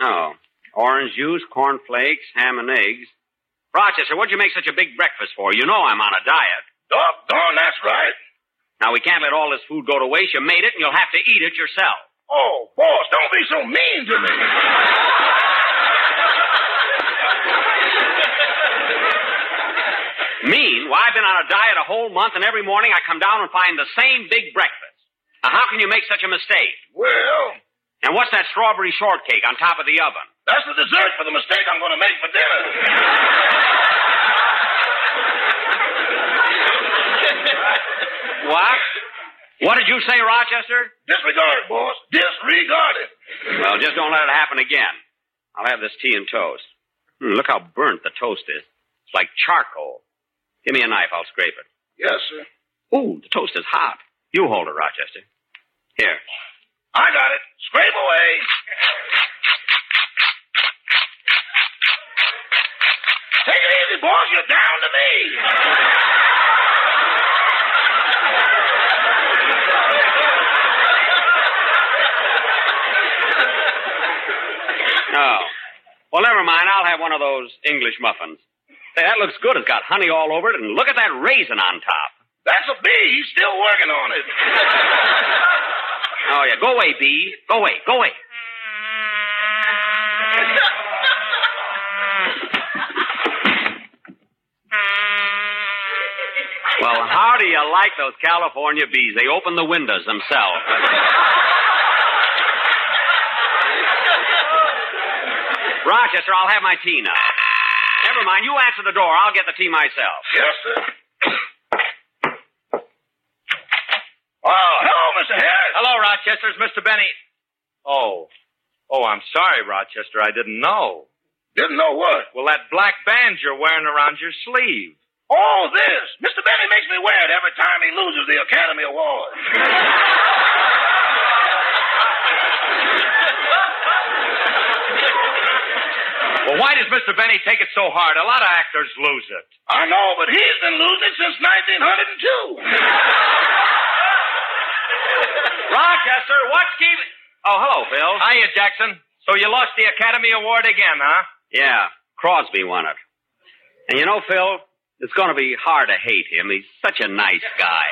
Speaker 17: Oh, orange juice, cornflakes, ham and eggs. Rochester, what'd you make such a big breakfast for? You know I'm on a diet.
Speaker 16: Doggone, that's right.
Speaker 17: Now we can't let all this food go to waste. You made it, and you'll have to eat it yourself.
Speaker 16: Oh, boss, don't be so mean to me.
Speaker 17: Mean? Well, I've been on a diet a whole month, and every morning I come down and find the same big breakfast. Now, how can you make such a mistake?
Speaker 16: Well,
Speaker 17: And what's that strawberry shortcake on top of the oven?
Speaker 16: that's the dessert for the mistake I'm going to make for dinner.
Speaker 17: What? What did you say, Rochester?
Speaker 16: Disregard it, boss. Disregard it.
Speaker 17: Well, just don't let it happen again. I'll have this tea and toast. Hmm, look how burnt the toast is. It's like charcoal. Give me a knife. I'll scrape it.
Speaker 16: Yes, sir.
Speaker 17: Ooh, the toast is hot. You hold it, Rochester. Here.
Speaker 16: I got it. Scrape away. Take it easy, boss. You're down to me.
Speaker 17: Oh. Well, never mind. I'll have one of those English muffins. Say, that looks good. It's got honey all over it, and look at that raisin on top.
Speaker 16: That's a bee. He's still working on it.
Speaker 17: Oh, yeah. Go away, Bee. Go away. Go away. Well, how do you like those California bees? They open the windows themselves. Rochester, I'll have my tea now. Never mind. You answer the door. I'll get the tea myself.
Speaker 16: Yes, sir. Oh, hello, Mr. Harris.
Speaker 18: Hello, Rochester. It's Mr. Benny. Oh. Oh, I'm sorry, Rochester. I didn't know.
Speaker 16: Didn't know what?
Speaker 18: Well, that black band you're wearing around your sleeve.
Speaker 16: Oh, this. Mr. Benny makes me wear it every time he loses the Academy Award.
Speaker 18: Well, why does Mr. Benny take it so hard? A lot of actors lose it.
Speaker 16: I know, but he's been losing since 1902.
Speaker 18: Rochester, what's keeping. Oh, hello, Bill. Hiya, Jackson. So you lost the Academy Award again, huh?
Speaker 17: Yeah, Crosby won it. And you know, Phil, it's going to be hard to hate him. He's such a nice guy.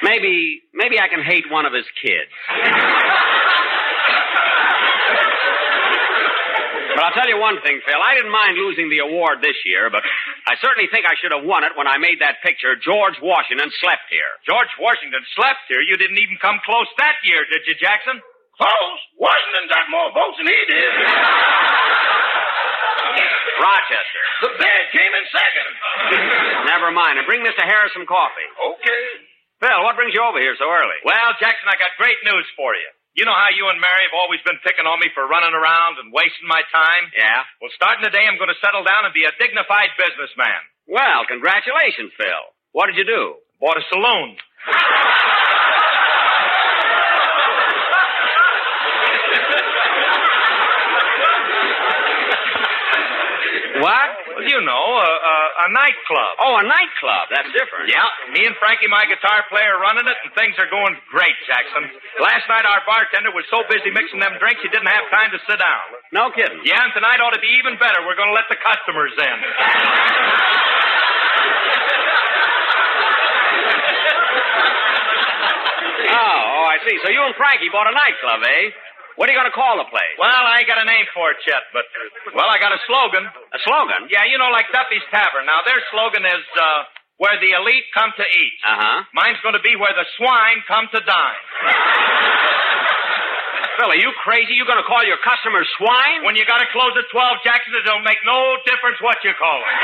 Speaker 17: maybe, maybe I can hate one of his kids. but I'll tell you one thing, Phil. I didn't mind losing the award this year, but I certainly think I should have won it when I made that picture. George Washington slept here.
Speaker 18: George Washington slept here. You didn't even come close that year, did you, Jackson?
Speaker 16: Close? Washington got more votes than he did.
Speaker 17: Rochester.
Speaker 16: The bed came in second.
Speaker 17: Never mind. And bring Mr. Harris some coffee.
Speaker 16: Okay.
Speaker 17: Bill, what brings you over here so early?
Speaker 18: Well, Jackson, I got great news for you. You know how you and Mary have always been picking on me for running around and wasting my time?
Speaker 17: Yeah?
Speaker 18: Well, starting today, I'm going to settle down and be a dignified businessman.
Speaker 17: Well, congratulations, Phil. What did you do?
Speaker 18: Bought a saloon. What? Well, you know, a, a, a nightclub.
Speaker 17: Oh, a nightclub. That's different.
Speaker 18: Yeah, me and Frankie, my guitar player, are running it, and things are going great, Jackson. Last night, our bartender was so busy mixing them drinks, he didn't have time to sit down.
Speaker 17: No kidding.
Speaker 18: Yeah, and tonight ought to be even better. We're going to let the customers in.
Speaker 17: Oh, oh, I see. So you and Frankie bought a nightclub, eh? What are you going to call the place?
Speaker 18: Well, I ain't got a name for it yet, but, well, I got a slogan.
Speaker 17: A slogan?
Speaker 18: Yeah, you know, like Duffy's Tavern. Now, their slogan is, uh, where the elite come to eat.
Speaker 17: Uh-huh.
Speaker 18: Mine's going to be where the swine come to dine.
Speaker 17: Phil, are you crazy? You going to call your customers swine?
Speaker 18: When you got to close at 12, Jackson, it don't make no difference what you call it.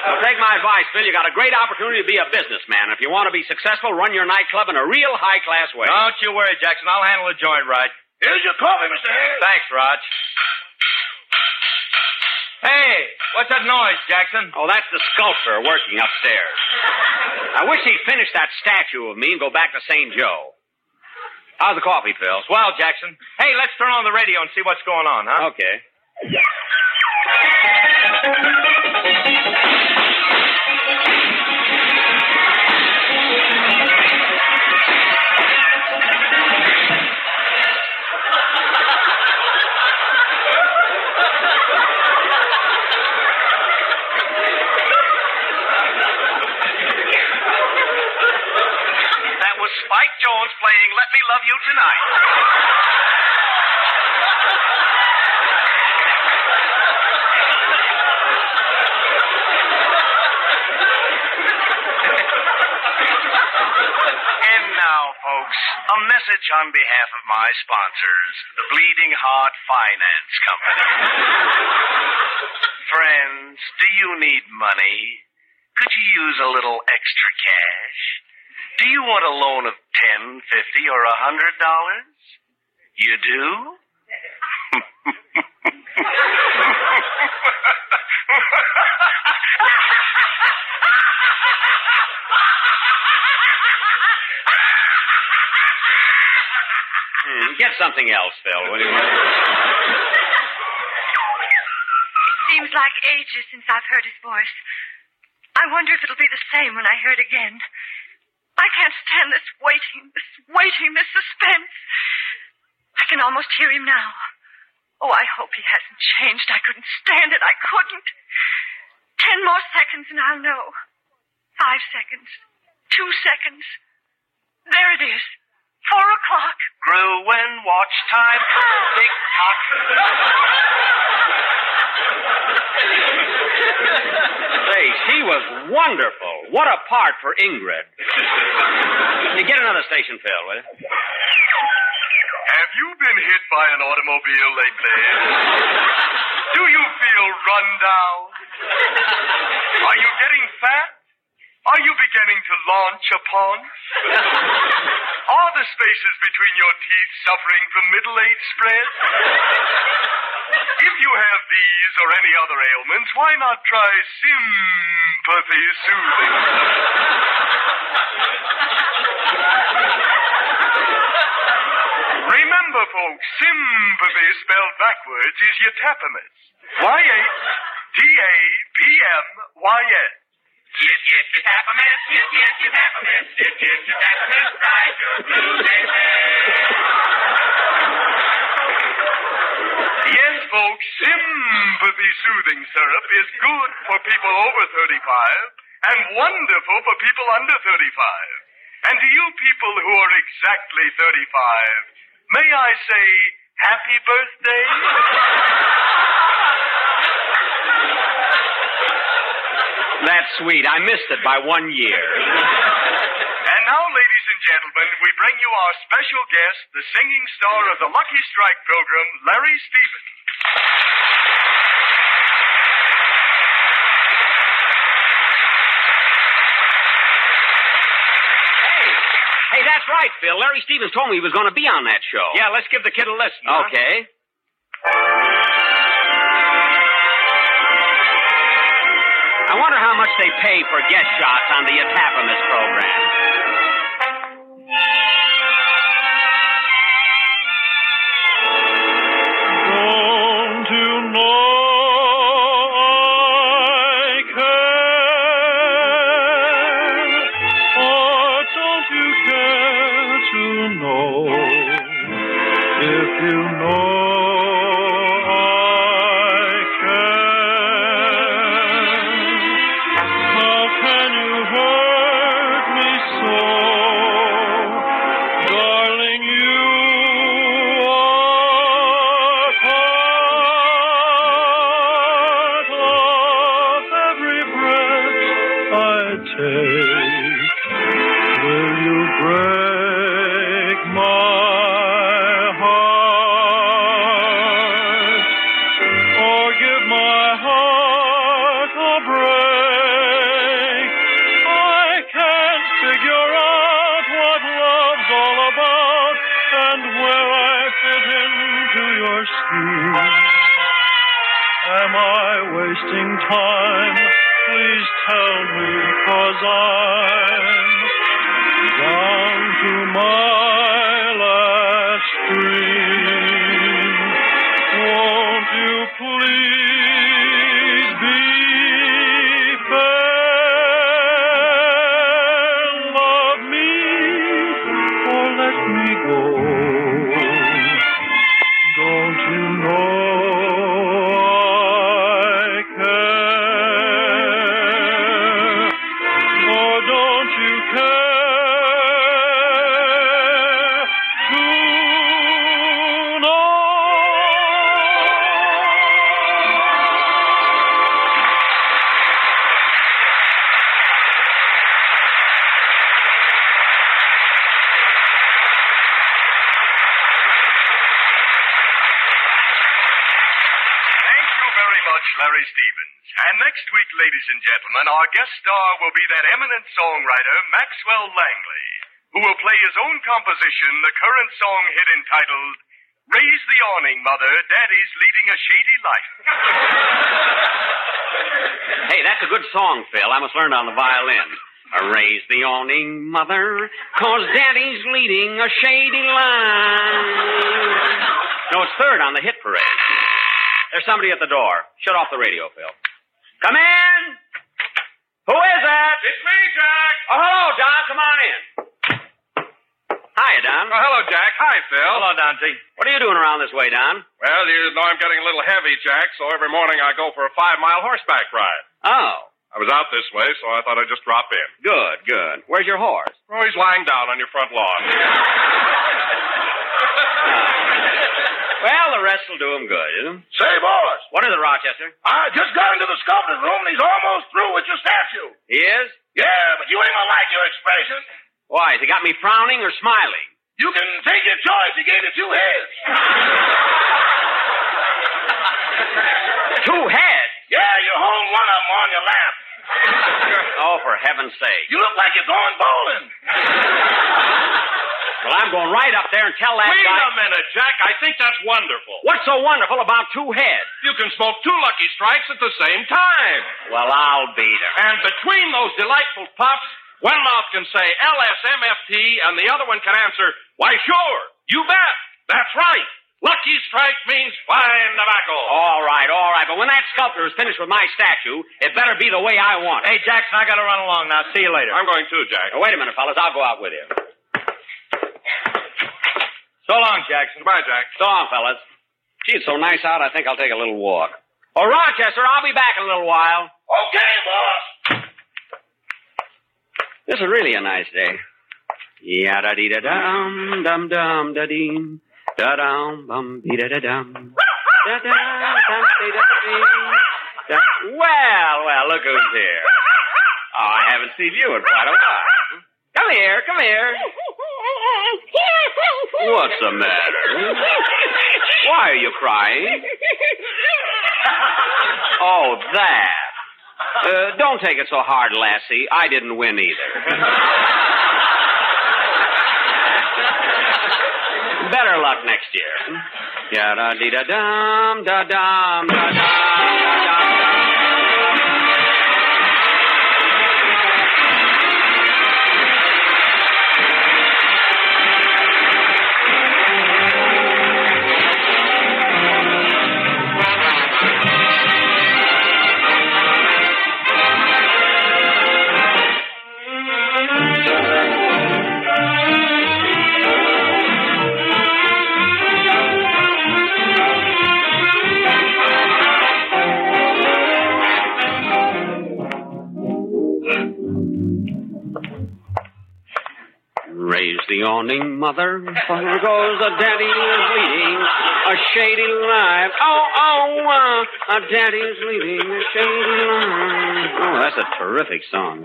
Speaker 17: Well, take my advice, Phil. You got a great opportunity to be a businessman. If you want to be successful, run your nightclub in a real high-class way.
Speaker 18: Don't you worry, Jackson. I'll handle the joint right.
Speaker 16: Here's your coffee, Mr. Harris.
Speaker 18: Thanks, Rog. Hey, what's that noise, Jackson?
Speaker 17: Oh, that's the sculptor working upstairs. I wish he'd finish that statue of me and go back to St. Joe. How's the coffee, Phil?
Speaker 18: Well, Jackson. Hey, let's turn on the radio and see what's going on, huh?
Speaker 17: Okay.
Speaker 19: That was Spike Jones playing Let Me Love You Tonight. and now, folks, a message on behalf of my sponsors, the Bleeding Heart Finance Company. Friends, do you need money? Could you use a little extra cash? Do you want a loan of ten, fifty, or a hundred dollars? You do?
Speaker 17: Hmm, get something else, Phil, will you?
Speaker 9: Seems like ages since I've heard his voice. I wonder if it'll be the same when I hear it again. I can't stand this waiting, this waiting, this suspense. I can almost hear him now. Oh, I hope he hasn't changed. I couldn't stand it. I couldn't. Ten more seconds and I'll know. Five seconds. Two seconds. There it is. Four o'clock.
Speaker 19: Grew when watch time. Tick tock.
Speaker 17: Say, she was wonderful. What a part for Ingrid. You get another station, Phil, will you?
Speaker 19: Have you been hit by an automobile lately? Do you feel run down? Are you getting fat? Are you beginning to launch upon? Are the spaces between your teeth suffering from middle age spread? If you have these or any other ailments, why not try sympathy soothing? Remember, folks, sympathy spelled backwards is yatapamus. Y H T A P M Y S. Yip yip yatapamus, yip yip yatapamus, yip yip yatapamus, ride your blues Yes, folks, sympathy soothing syrup is good for people over 35 and wonderful for people under 35. And to you people who are exactly 35, may I say happy birthday?
Speaker 17: That's sweet. I missed it by one year.
Speaker 20: And now, ladies and gentlemen, we bring you our special guest, the singing star of the Lucky Strike program, Larry Stevens.
Speaker 17: Hey, that's right, Phil. Larry Stevens told me he was going to be on that show.
Speaker 18: Yeah, let's give the kid a listen. huh?
Speaker 17: Okay. I wonder how much they pay for guest shots on the Atapamas program.
Speaker 20: Don't you know I care? Or don't you care to know? If you know I care, how can you hurt me so? Darling, you are part of every breath I take. Will you break my heart? Or give my heart a break? I can't figure out what love's all about and where I fit into your scheme. Am I wasting time? Please tell me, cause I'm down to my last dream. Won't you please be fair? Love me or let me go. Don't you know I care? Or don't you care to know?
Speaker 19: Thank you very much, Larry Stevens.
Speaker 20: And next week, ladies and gentlemen, our guest star will be that eminent songwriter, Maxwell Langley,
Speaker 19: who will play his own composition, the current song hit entitled
Speaker 20: Raise the Awning, Mother, Daddy's Leading a Shady Life.
Speaker 17: Hey, that's a good song, Phil. I must learn it on the violin. Raise the awning, mother, cause daddy's leading a shady line. No, it's third on the hit parade. There's somebody at the door. Shut off the radio, Phil. Come in! Who is that? It's me, Jack! Oh, hello, Don. Come on in. Hiya, Don.
Speaker 21: Oh, hello, Jack. Hi, Phil.
Speaker 17: Hello, Dante. What are you doing around this way, Don?
Speaker 21: Well, you know I'm getting a little heavy, Jack, so every morning I go for a five mile horseback ride.
Speaker 17: Oh,
Speaker 21: I was out this way, so I thought I'd just drop in.
Speaker 17: good, good. Where's your horse?
Speaker 21: Oh, he's lying down on your front lawn.
Speaker 17: Well, the rest will do him good, isn't it?
Speaker 16: Say, boss,
Speaker 17: What is it, Rochester?
Speaker 16: I just got into the sculptor's room and he's almost through with your statue.
Speaker 17: He is?
Speaker 16: Yeah, but you ain't gonna like your expression.
Speaker 17: Why, has he got me frowning or smiling?
Speaker 16: You can take your choice. He gave you two heads.
Speaker 17: Two heads?
Speaker 16: Yeah, you hold one of them on your lap.
Speaker 17: Oh, for heaven's sake.
Speaker 16: You look like you're going bowling.
Speaker 17: Well, I'm going right up there and tell that
Speaker 21: Wait
Speaker 17: guy...
Speaker 21: a minute, Jack. I think that's wonderful.
Speaker 17: What's so wonderful about two heads?
Speaker 21: You can smoke two Lucky Strikes at the same time.
Speaker 17: Well, I'll be there.
Speaker 21: And between those delightful puffs, one mouth can say LSMFT and the other one can answer, Why, sure, you bet. That's right. Lucky Strike means fine tobacco.
Speaker 17: All right, all right. But when that sculptor is finished with my statue, it better be the way I want it.
Speaker 18: Hey, Jackson, I gotta run along now. See you later.
Speaker 21: I'm going too, Jack.
Speaker 17: Now, wait a minute, fellas. I'll go out with you.
Speaker 18: So long, Jackson.
Speaker 21: Goodbye, Jack.
Speaker 17: So long, fellas. Gee, it's so nice out, I think I'll take a little walk. Oh, Rochester, I'll be back in a little while.
Speaker 16: Okay, boss.
Speaker 17: This is really a nice day. Yeah, da dee da dum, dum dum da dee, da dum bum dee da da dum. Da da dum dee da dee. da- Well, well, look who's here. Oh, I haven't seen you in quite a while. Come here, come here. What's the matter? Why are you crying? Oh, that. Uh, don't take it so hard, Lassie. I didn't win either. Better luck next year. Ya da dee da dum da dum da dum. Raise the awning, mother, for here goes a daddy is leading a shady life. Oh, oh, uh, a daddy's leading a shady life. Oh, that's a terrific song.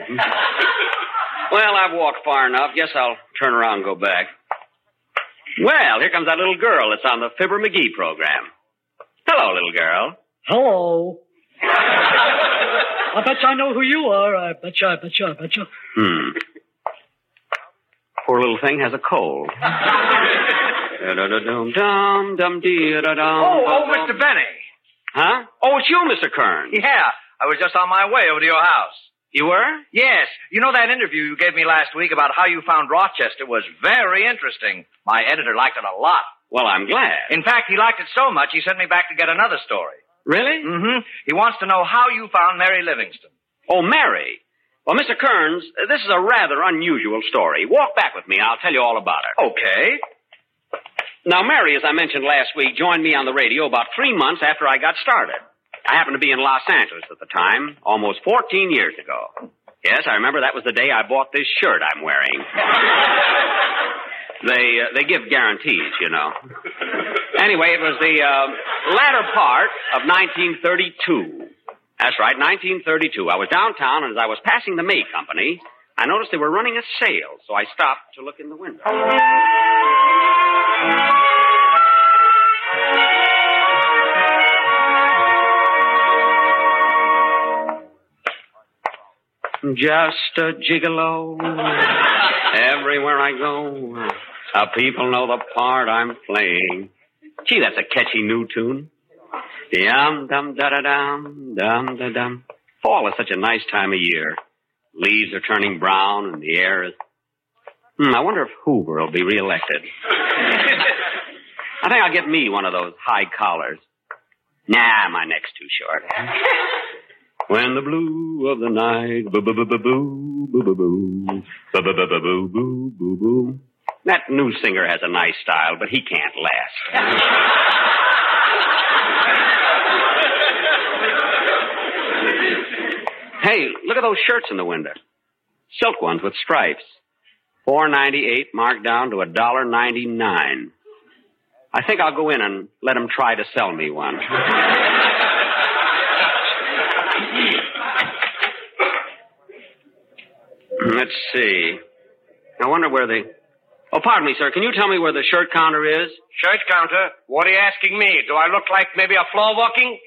Speaker 17: well, I've walked far enough. Guess I'll turn around and go back. Well, here comes that little girl that's on the Fibber McGee program. Hello, little girl.
Speaker 22: Hello. I bet you I know who you are. I bet you, I bet you, I bet you.
Speaker 17: Hmm. Poor little thing has a cold. Da-da-da-dum, dum, dum, dee-da-dum.
Speaker 18: Oh, oh, Mr. Benny.
Speaker 17: Huh? Oh, it's you, Mr. Kern.
Speaker 18: Yeah, I was just on my way over to your house.
Speaker 17: You were?
Speaker 18: Yes. You know that interview you gave me last week about how you found Rochester was very interesting. My editor liked it a lot.
Speaker 17: Well, I'm glad.
Speaker 18: In fact, he liked it so much he sent me back to get another story.
Speaker 17: Really?
Speaker 18: Mm-hmm. He wants to know how you found Mary Livingston.
Speaker 17: Oh, Mary. Well, Mr. Kearns, this is a rather unusual story. Walk back with me. I'll tell you all about her.
Speaker 18: Okay.
Speaker 17: Now, Mary, as I mentioned last week, joined me on the radio about three months after I got started. I happened to be in Los Angeles at the time, almost 14 years ago. Yes, I remember that was the day I bought this shirt I'm wearing. they uh, they give guarantees, you know. Anyway, it was the uh, latter part of 1932. That's right, 1932. I was downtown, and as I was passing the May Company, I noticed they were running a sale, so I stopped to look in the window. Just a gigolo. Everywhere I go, uh, people know the part I'm playing. Gee, that's a catchy new tune. Dum dum da da dum dum da dum. Fall is such a nice time of year. Leaves are turning brown and the air is. Hmm, I wonder if Hoover will be reelected. I think I'll get me one of those high collars. Nah, my neck's too short. When the blue of the night, boo boo boo boo boo boo boo boo boo boo boo boo boo boo boo. That new singer has a nice style, but he can't last. hey, look at those shirts in the window. Silk ones with stripes. Four ninety eight marked down to a dollar ninety nine. I think I'll go in and let him try to sell me one. Let's see. I wonder where the. Oh, pardon me, sir. Can you tell me where the shirt counter is?
Speaker 18: Shirt counter? What are you asking me? Do I look like maybe a floor walking?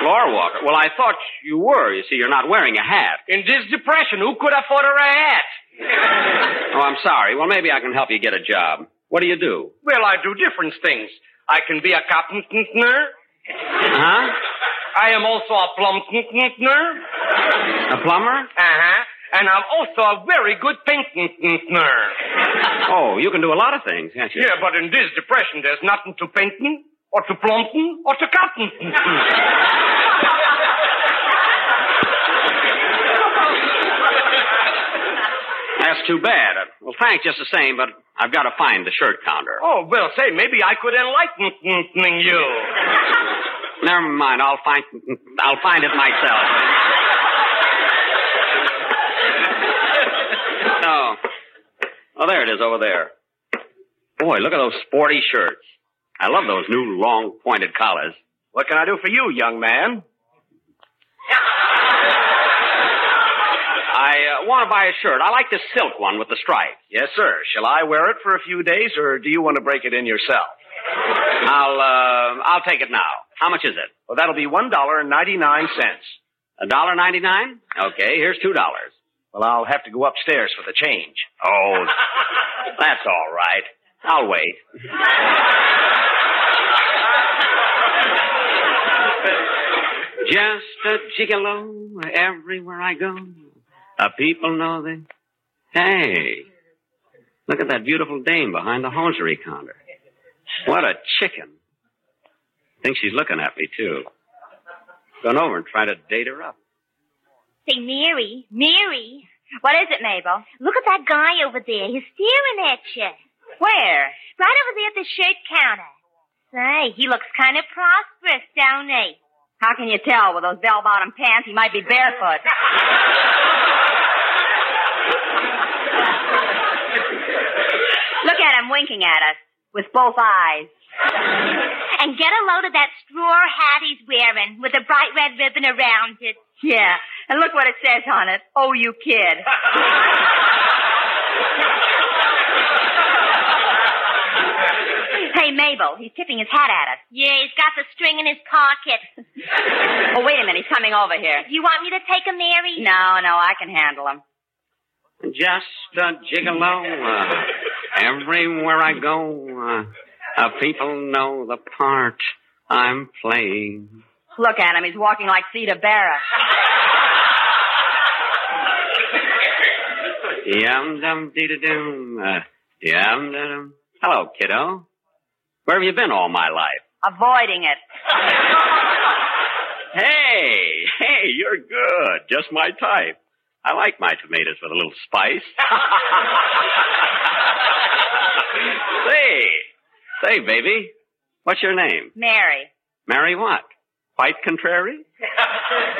Speaker 17: Floor walker. Well, I thought you were. You see, you're not wearing a hat.
Speaker 18: In this depression, who could afford a hat?
Speaker 17: Oh, I'm sorry. Well, maybe I can help you get a job. What do you do?
Speaker 18: Well, I do different things. I can be a carpenter.
Speaker 17: Huh?
Speaker 18: I am also a plumber.
Speaker 17: A plumber?
Speaker 18: Uh-huh. And I'm also a very good painter.
Speaker 17: Oh, you can do a lot of things, can't you?
Speaker 18: Yeah, but in this depression, there's nothing to painting, or to plumping, or to cotton.
Speaker 17: That's too bad. Uh, Well, thanks just the same, but I've got to find the shirt counter.
Speaker 18: oh, well, say, maybe I could enlighten you.
Speaker 17: Never mind. I'll find. I'll find it myself. Oh. Oh, there it is over there. Boy, look at those sporty shirts. I love those new long pointed collars.
Speaker 18: What can I do for you, young man?
Speaker 17: I uh, want to buy a shirt. I like the silk one with the stripes.
Speaker 23: Yes, sir. Shall I wear it for a few days, or do you want to break it in yourself?
Speaker 17: I'll uh, I'll take it now. How much is it?
Speaker 23: Well, that'll be one dollar and ninety-nine cents.
Speaker 17: A dollar ninety-nine? Okay, here's two dollars.
Speaker 23: Well, I'll have to go upstairs for the change.
Speaker 17: Oh, that's all right. I'll wait. Just a gigolo everywhere I go. The people know this. Hey, look at that beautiful dame behind the hosiery counter. What a chicken. Think she's looking at me, too. Going over and try to date her up.
Speaker 24: Say, Mary, Mary. What is it, Mabel? Look at that guy over there. He's staring at you.
Speaker 5: Where?
Speaker 24: Right over there at the shirt counter. Say, he looks kind of prosperous, don't he?
Speaker 5: How can you tell with those bell bottom pants? He might be barefoot. Look at him winking at us with both eyes.
Speaker 24: And get a load of that straw hat he's wearing with a bright red ribbon around it.
Speaker 5: Yeah. And look what it says on it. Oh, you kid. hey, Mabel, he's tipping his hat at us.
Speaker 24: Yeah, he's got the string in his pocket.
Speaker 5: Oh, wait a minute. He's coming over here.
Speaker 24: You want me to take him, Mary?
Speaker 5: No, no, I can handle him.
Speaker 17: Just a gigolo. Uh, everywhere I go, uh, uh, people know the part I'm playing.
Speaker 5: Look at him. He's walking like Theda Barra.
Speaker 17: Yum dum dee da dum. Uh, yum da dum. Hello, kiddo. Where have you been all my life?
Speaker 5: Avoiding it.
Speaker 17: Hey, hey, you're good. Just my type. I like my tomatoes with a little spice. say, say, baby, what's your name?
Speaker 5: Mary.
Speaker 17: Mary what? Quite contrary?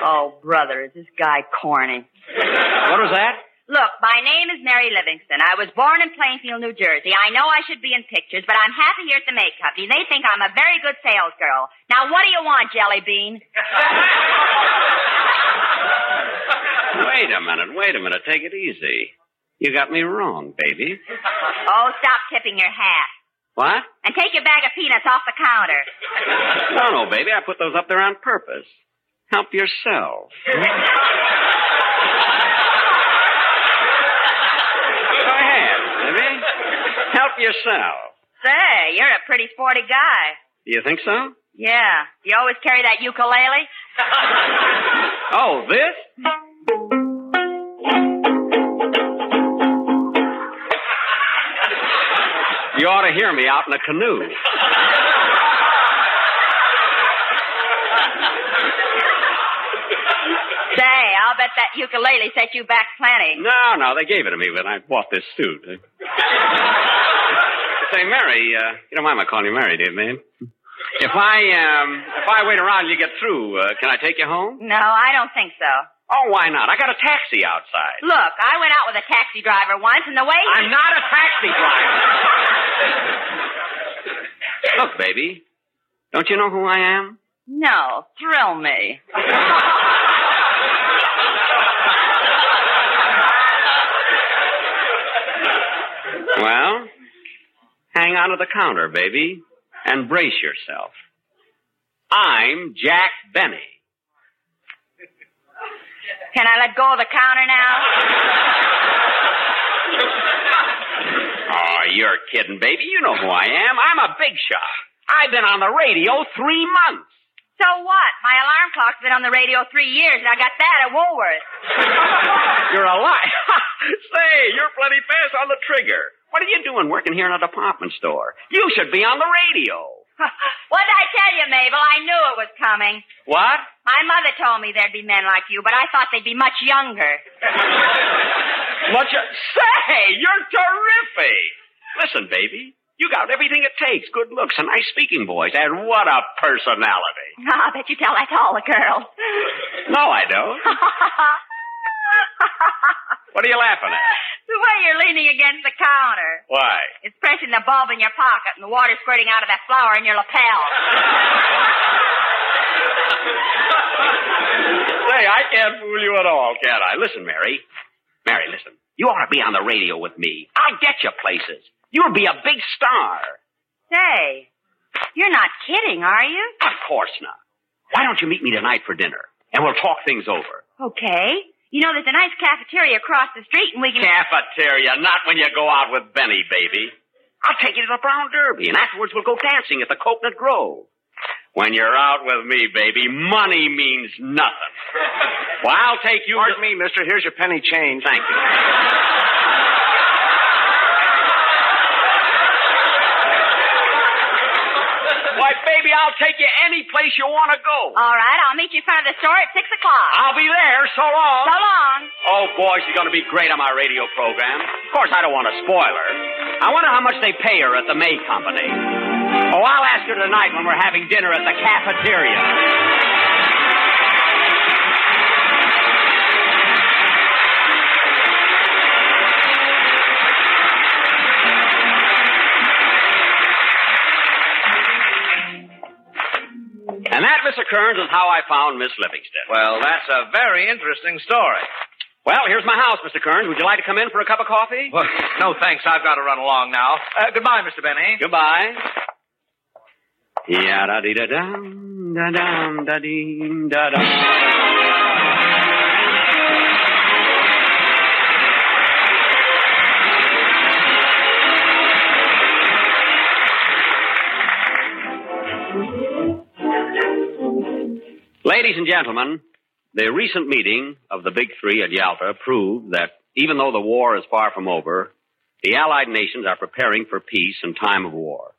Speaker 5: Oh, brother, is this guy corny.
Speaker 17: What was that?
Speaker 5: Look, my name is Mary Livingston. I was born in Plainfield, New Jersey. I know I should be in pictures, but I'm happy here at the May Company. They think I'm a very good sales girl. Now, what do you want, Jelly Bean?
Speaker 17: Wait a minute, wait a minute. Take it easy. You got me wrong, baby.
Speaker 5: Oh, stop tipping your hat.
Speaker 17: What?
Speaker 5: And take your bag of peanuts off the counter.
Speaker 17: No, no, baby. I put those up there on purpose. Help yourself. Go ahead, baby. Help yourself.
Speaker 5: Say, you're a pretty sporty guy.
Speaker 17: Do you think so?
Speaker 5: Yeah. You always carry that ukulele?
Speaker 17: Oh, this? You ought to hear me out in a canoe.
Speaker 5: Say, I'll bet that ukulele set you back plenty.
Speaker 17: No, Oh, no, they gave it to me when I bought this suit. Say, Mary, uh, you don't mind my calling you Mary, do you, ma'am? If I um, if I wait around, you get through. Uh, can I take you home?
Speaker 5: No, I don't think so.
Speaker 17: Oh, why not? I got a taxi outside.
Speaker 5: Look, I went out with a taxi driver once, and the way he-
Speaker 17: I'm not a taxi driver. Look, baby, don't you know who I am?
Speaker 5: No, thrill me.
Speaker 17: Well, hang on to the counter, baby, and brace yourself. I'm Jack Benny.
Speaker 5: Can I let go of the counter now?
Speaker 17: Oh, you're kidding, baby. You know who I am. I'm a big shot. I've been on the radio three months.
Speaker 5: So what? My alarm clock's been on the radio three years, and I got that at Woolworth.
Speaker 17: You're a lie. Say, you're plenty fast on the trigger. What are you doing working here in a department store? You should be on the radio.
Speaker 5: what did I tell you, Mabel? I knew it was coming.
Speaker 17: What?
Speaker 5: My mother told me there'd be men like you, but I thought they'd be much younger.
Speaker 17: What you say? You're terrific. Listen, baby, you got everything it takes: good looks, a nice speaking voice, and what a personality.
Speaker 5: I bet you tell that to all the girls.
Speaker 17: No, I don't. What are you laughing at?
Speaker 5: the way you're leaning against the counter.
Speaker 17: Why?
Speaker 5: It's pressing the bulb in your pocket and the water squirting out of that flower in your lapel.
Speaker 17: Say, I can't fool you at all, can I? Listen, Mary, Mary, listen. You ought to be on the radio with me. I'll get you places. You'll be a big star.
Speaker 5: Say, you're not kidding, are you?
Speaker 17: Of course not. Why don't you meet me tonight for dinner? And we'll talk things over.
Speaker 5: Okay. You know, there's a nice cafeteria across the street, and we can.
Speaker 17: Cafeteria, not when you go out with Benny, baby. I'll take you to the Brown Derby, and afterwards we'll go dancing at the Coconut Grove. When you're out with me, baby, money means nothing. Well, I'll take you. Pardon me, mister. Here's your penny change. Thank you. Why, baby, I'll take you any place you want to go.
Speaker 5: All right, I'll meet you in front of the store at six o'clock.
Speaker 17: I'll be there. So long.
Speaker 5: So long.
Speaker 17: Oh, boy, she's going to be great on my radio program. Of course, I don't want to spoil her. I wonder how much they pay her at the May Company. Oh, I'll ask her tonight when we're having dinner at the cafeteria. And that, Mr. Kearns, is how I found Miss Livingston.
Speaker 1: Well, that's a very interesting story.
Speaker 17: Well, here's my house, Mr. Kearns. Would you like to come in for a cup of coffee?
Speaker 1: Well, no thanks. I've got to run along now. Uh, goodbye, Mr. Benny.
Speaker 17: Goodbye. Yeah, da dee da dum, da dum, da dee da dum. Ladies and gentlemen, the recent meeting of the Big Three at Yalta proved that even though the war is far from over, the Allied nations are preparing for peace in time of war,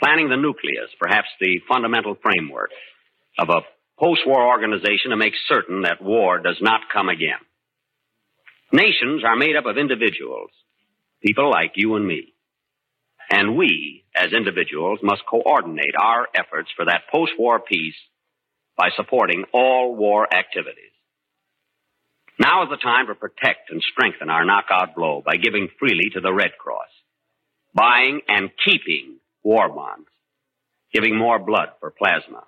Speaker 17: planning the nucleus, perhaps the fundamental framework of a post war organization to make certain that war does not come again. Nations are made up of individuals, people like you and me. And we, as individuals, must coordinate our efforts for that post war peace by supporting all war activities. Now is the time to protect and strengthen our knockout blow by giving freely to the Red Cross, buying and keeping war bonds, giving more blood for plasma,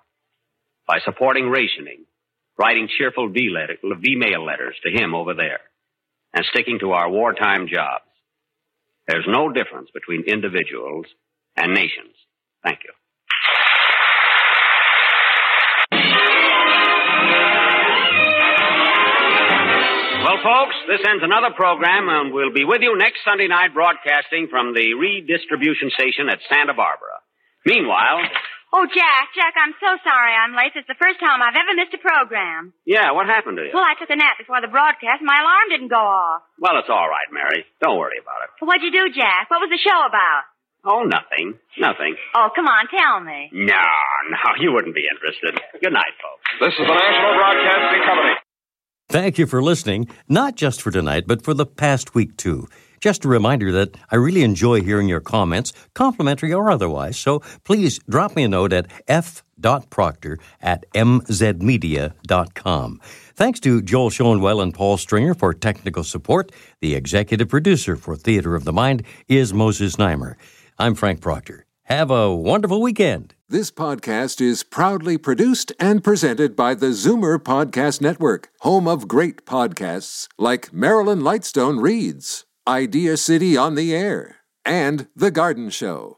Speaker 17: by supporting rationing, writing cheerful V letter- V-mail letters to him over there, and sticking to our wartime jobs. There's no difference between individuals and nations. Thank you. Well, folks, this ends another program, and we'll be with you next Sunday night broadcasting from the redistribution station at Santa Barbara. Meanwhile,
Speaker 5: Oh, Jack, Jack, I'm so sorry I'm late. It's the first time I've ever missed a program.
Speaker 17: yeah, what happened to you?
Speaker 5: Well, I took a nap before the broadcast. My alarm didn't go off.
Speaker 17: Well, it's all right, Mary. Don't worry about it.
Speaker 5: What'd you do, Jack? What was the show about?
Speaker 17: Oh, nothing. Nothing.
Speaker 5: Oh, come on, tell me.
Speaker 17: No, no, you wouldn't be interested. Good night, folks.
Speaker 1: This is the National Broadcasting Company.
Speaker 2: Thank you for listening, not just for tonight, but for the past week, too. Just a reminder that I really enjoy hearing your comments, complimentary or otherwise, so please drop me a note at f.proctor at mzmedia.com. Thanks to Joel Schoenwell and Paul Stringer for technical support. The executive producer for Theater of the Mind is Moses Neimer. I'm Frank Proctor. Have a wonderful weekend.
Speaker 25: This podcast is proudly produced and presented by the Zoomer Podcast Network, home of great podcasts like Marilyn Lightstone Reads, Idea City on the Air, and The Garden Show.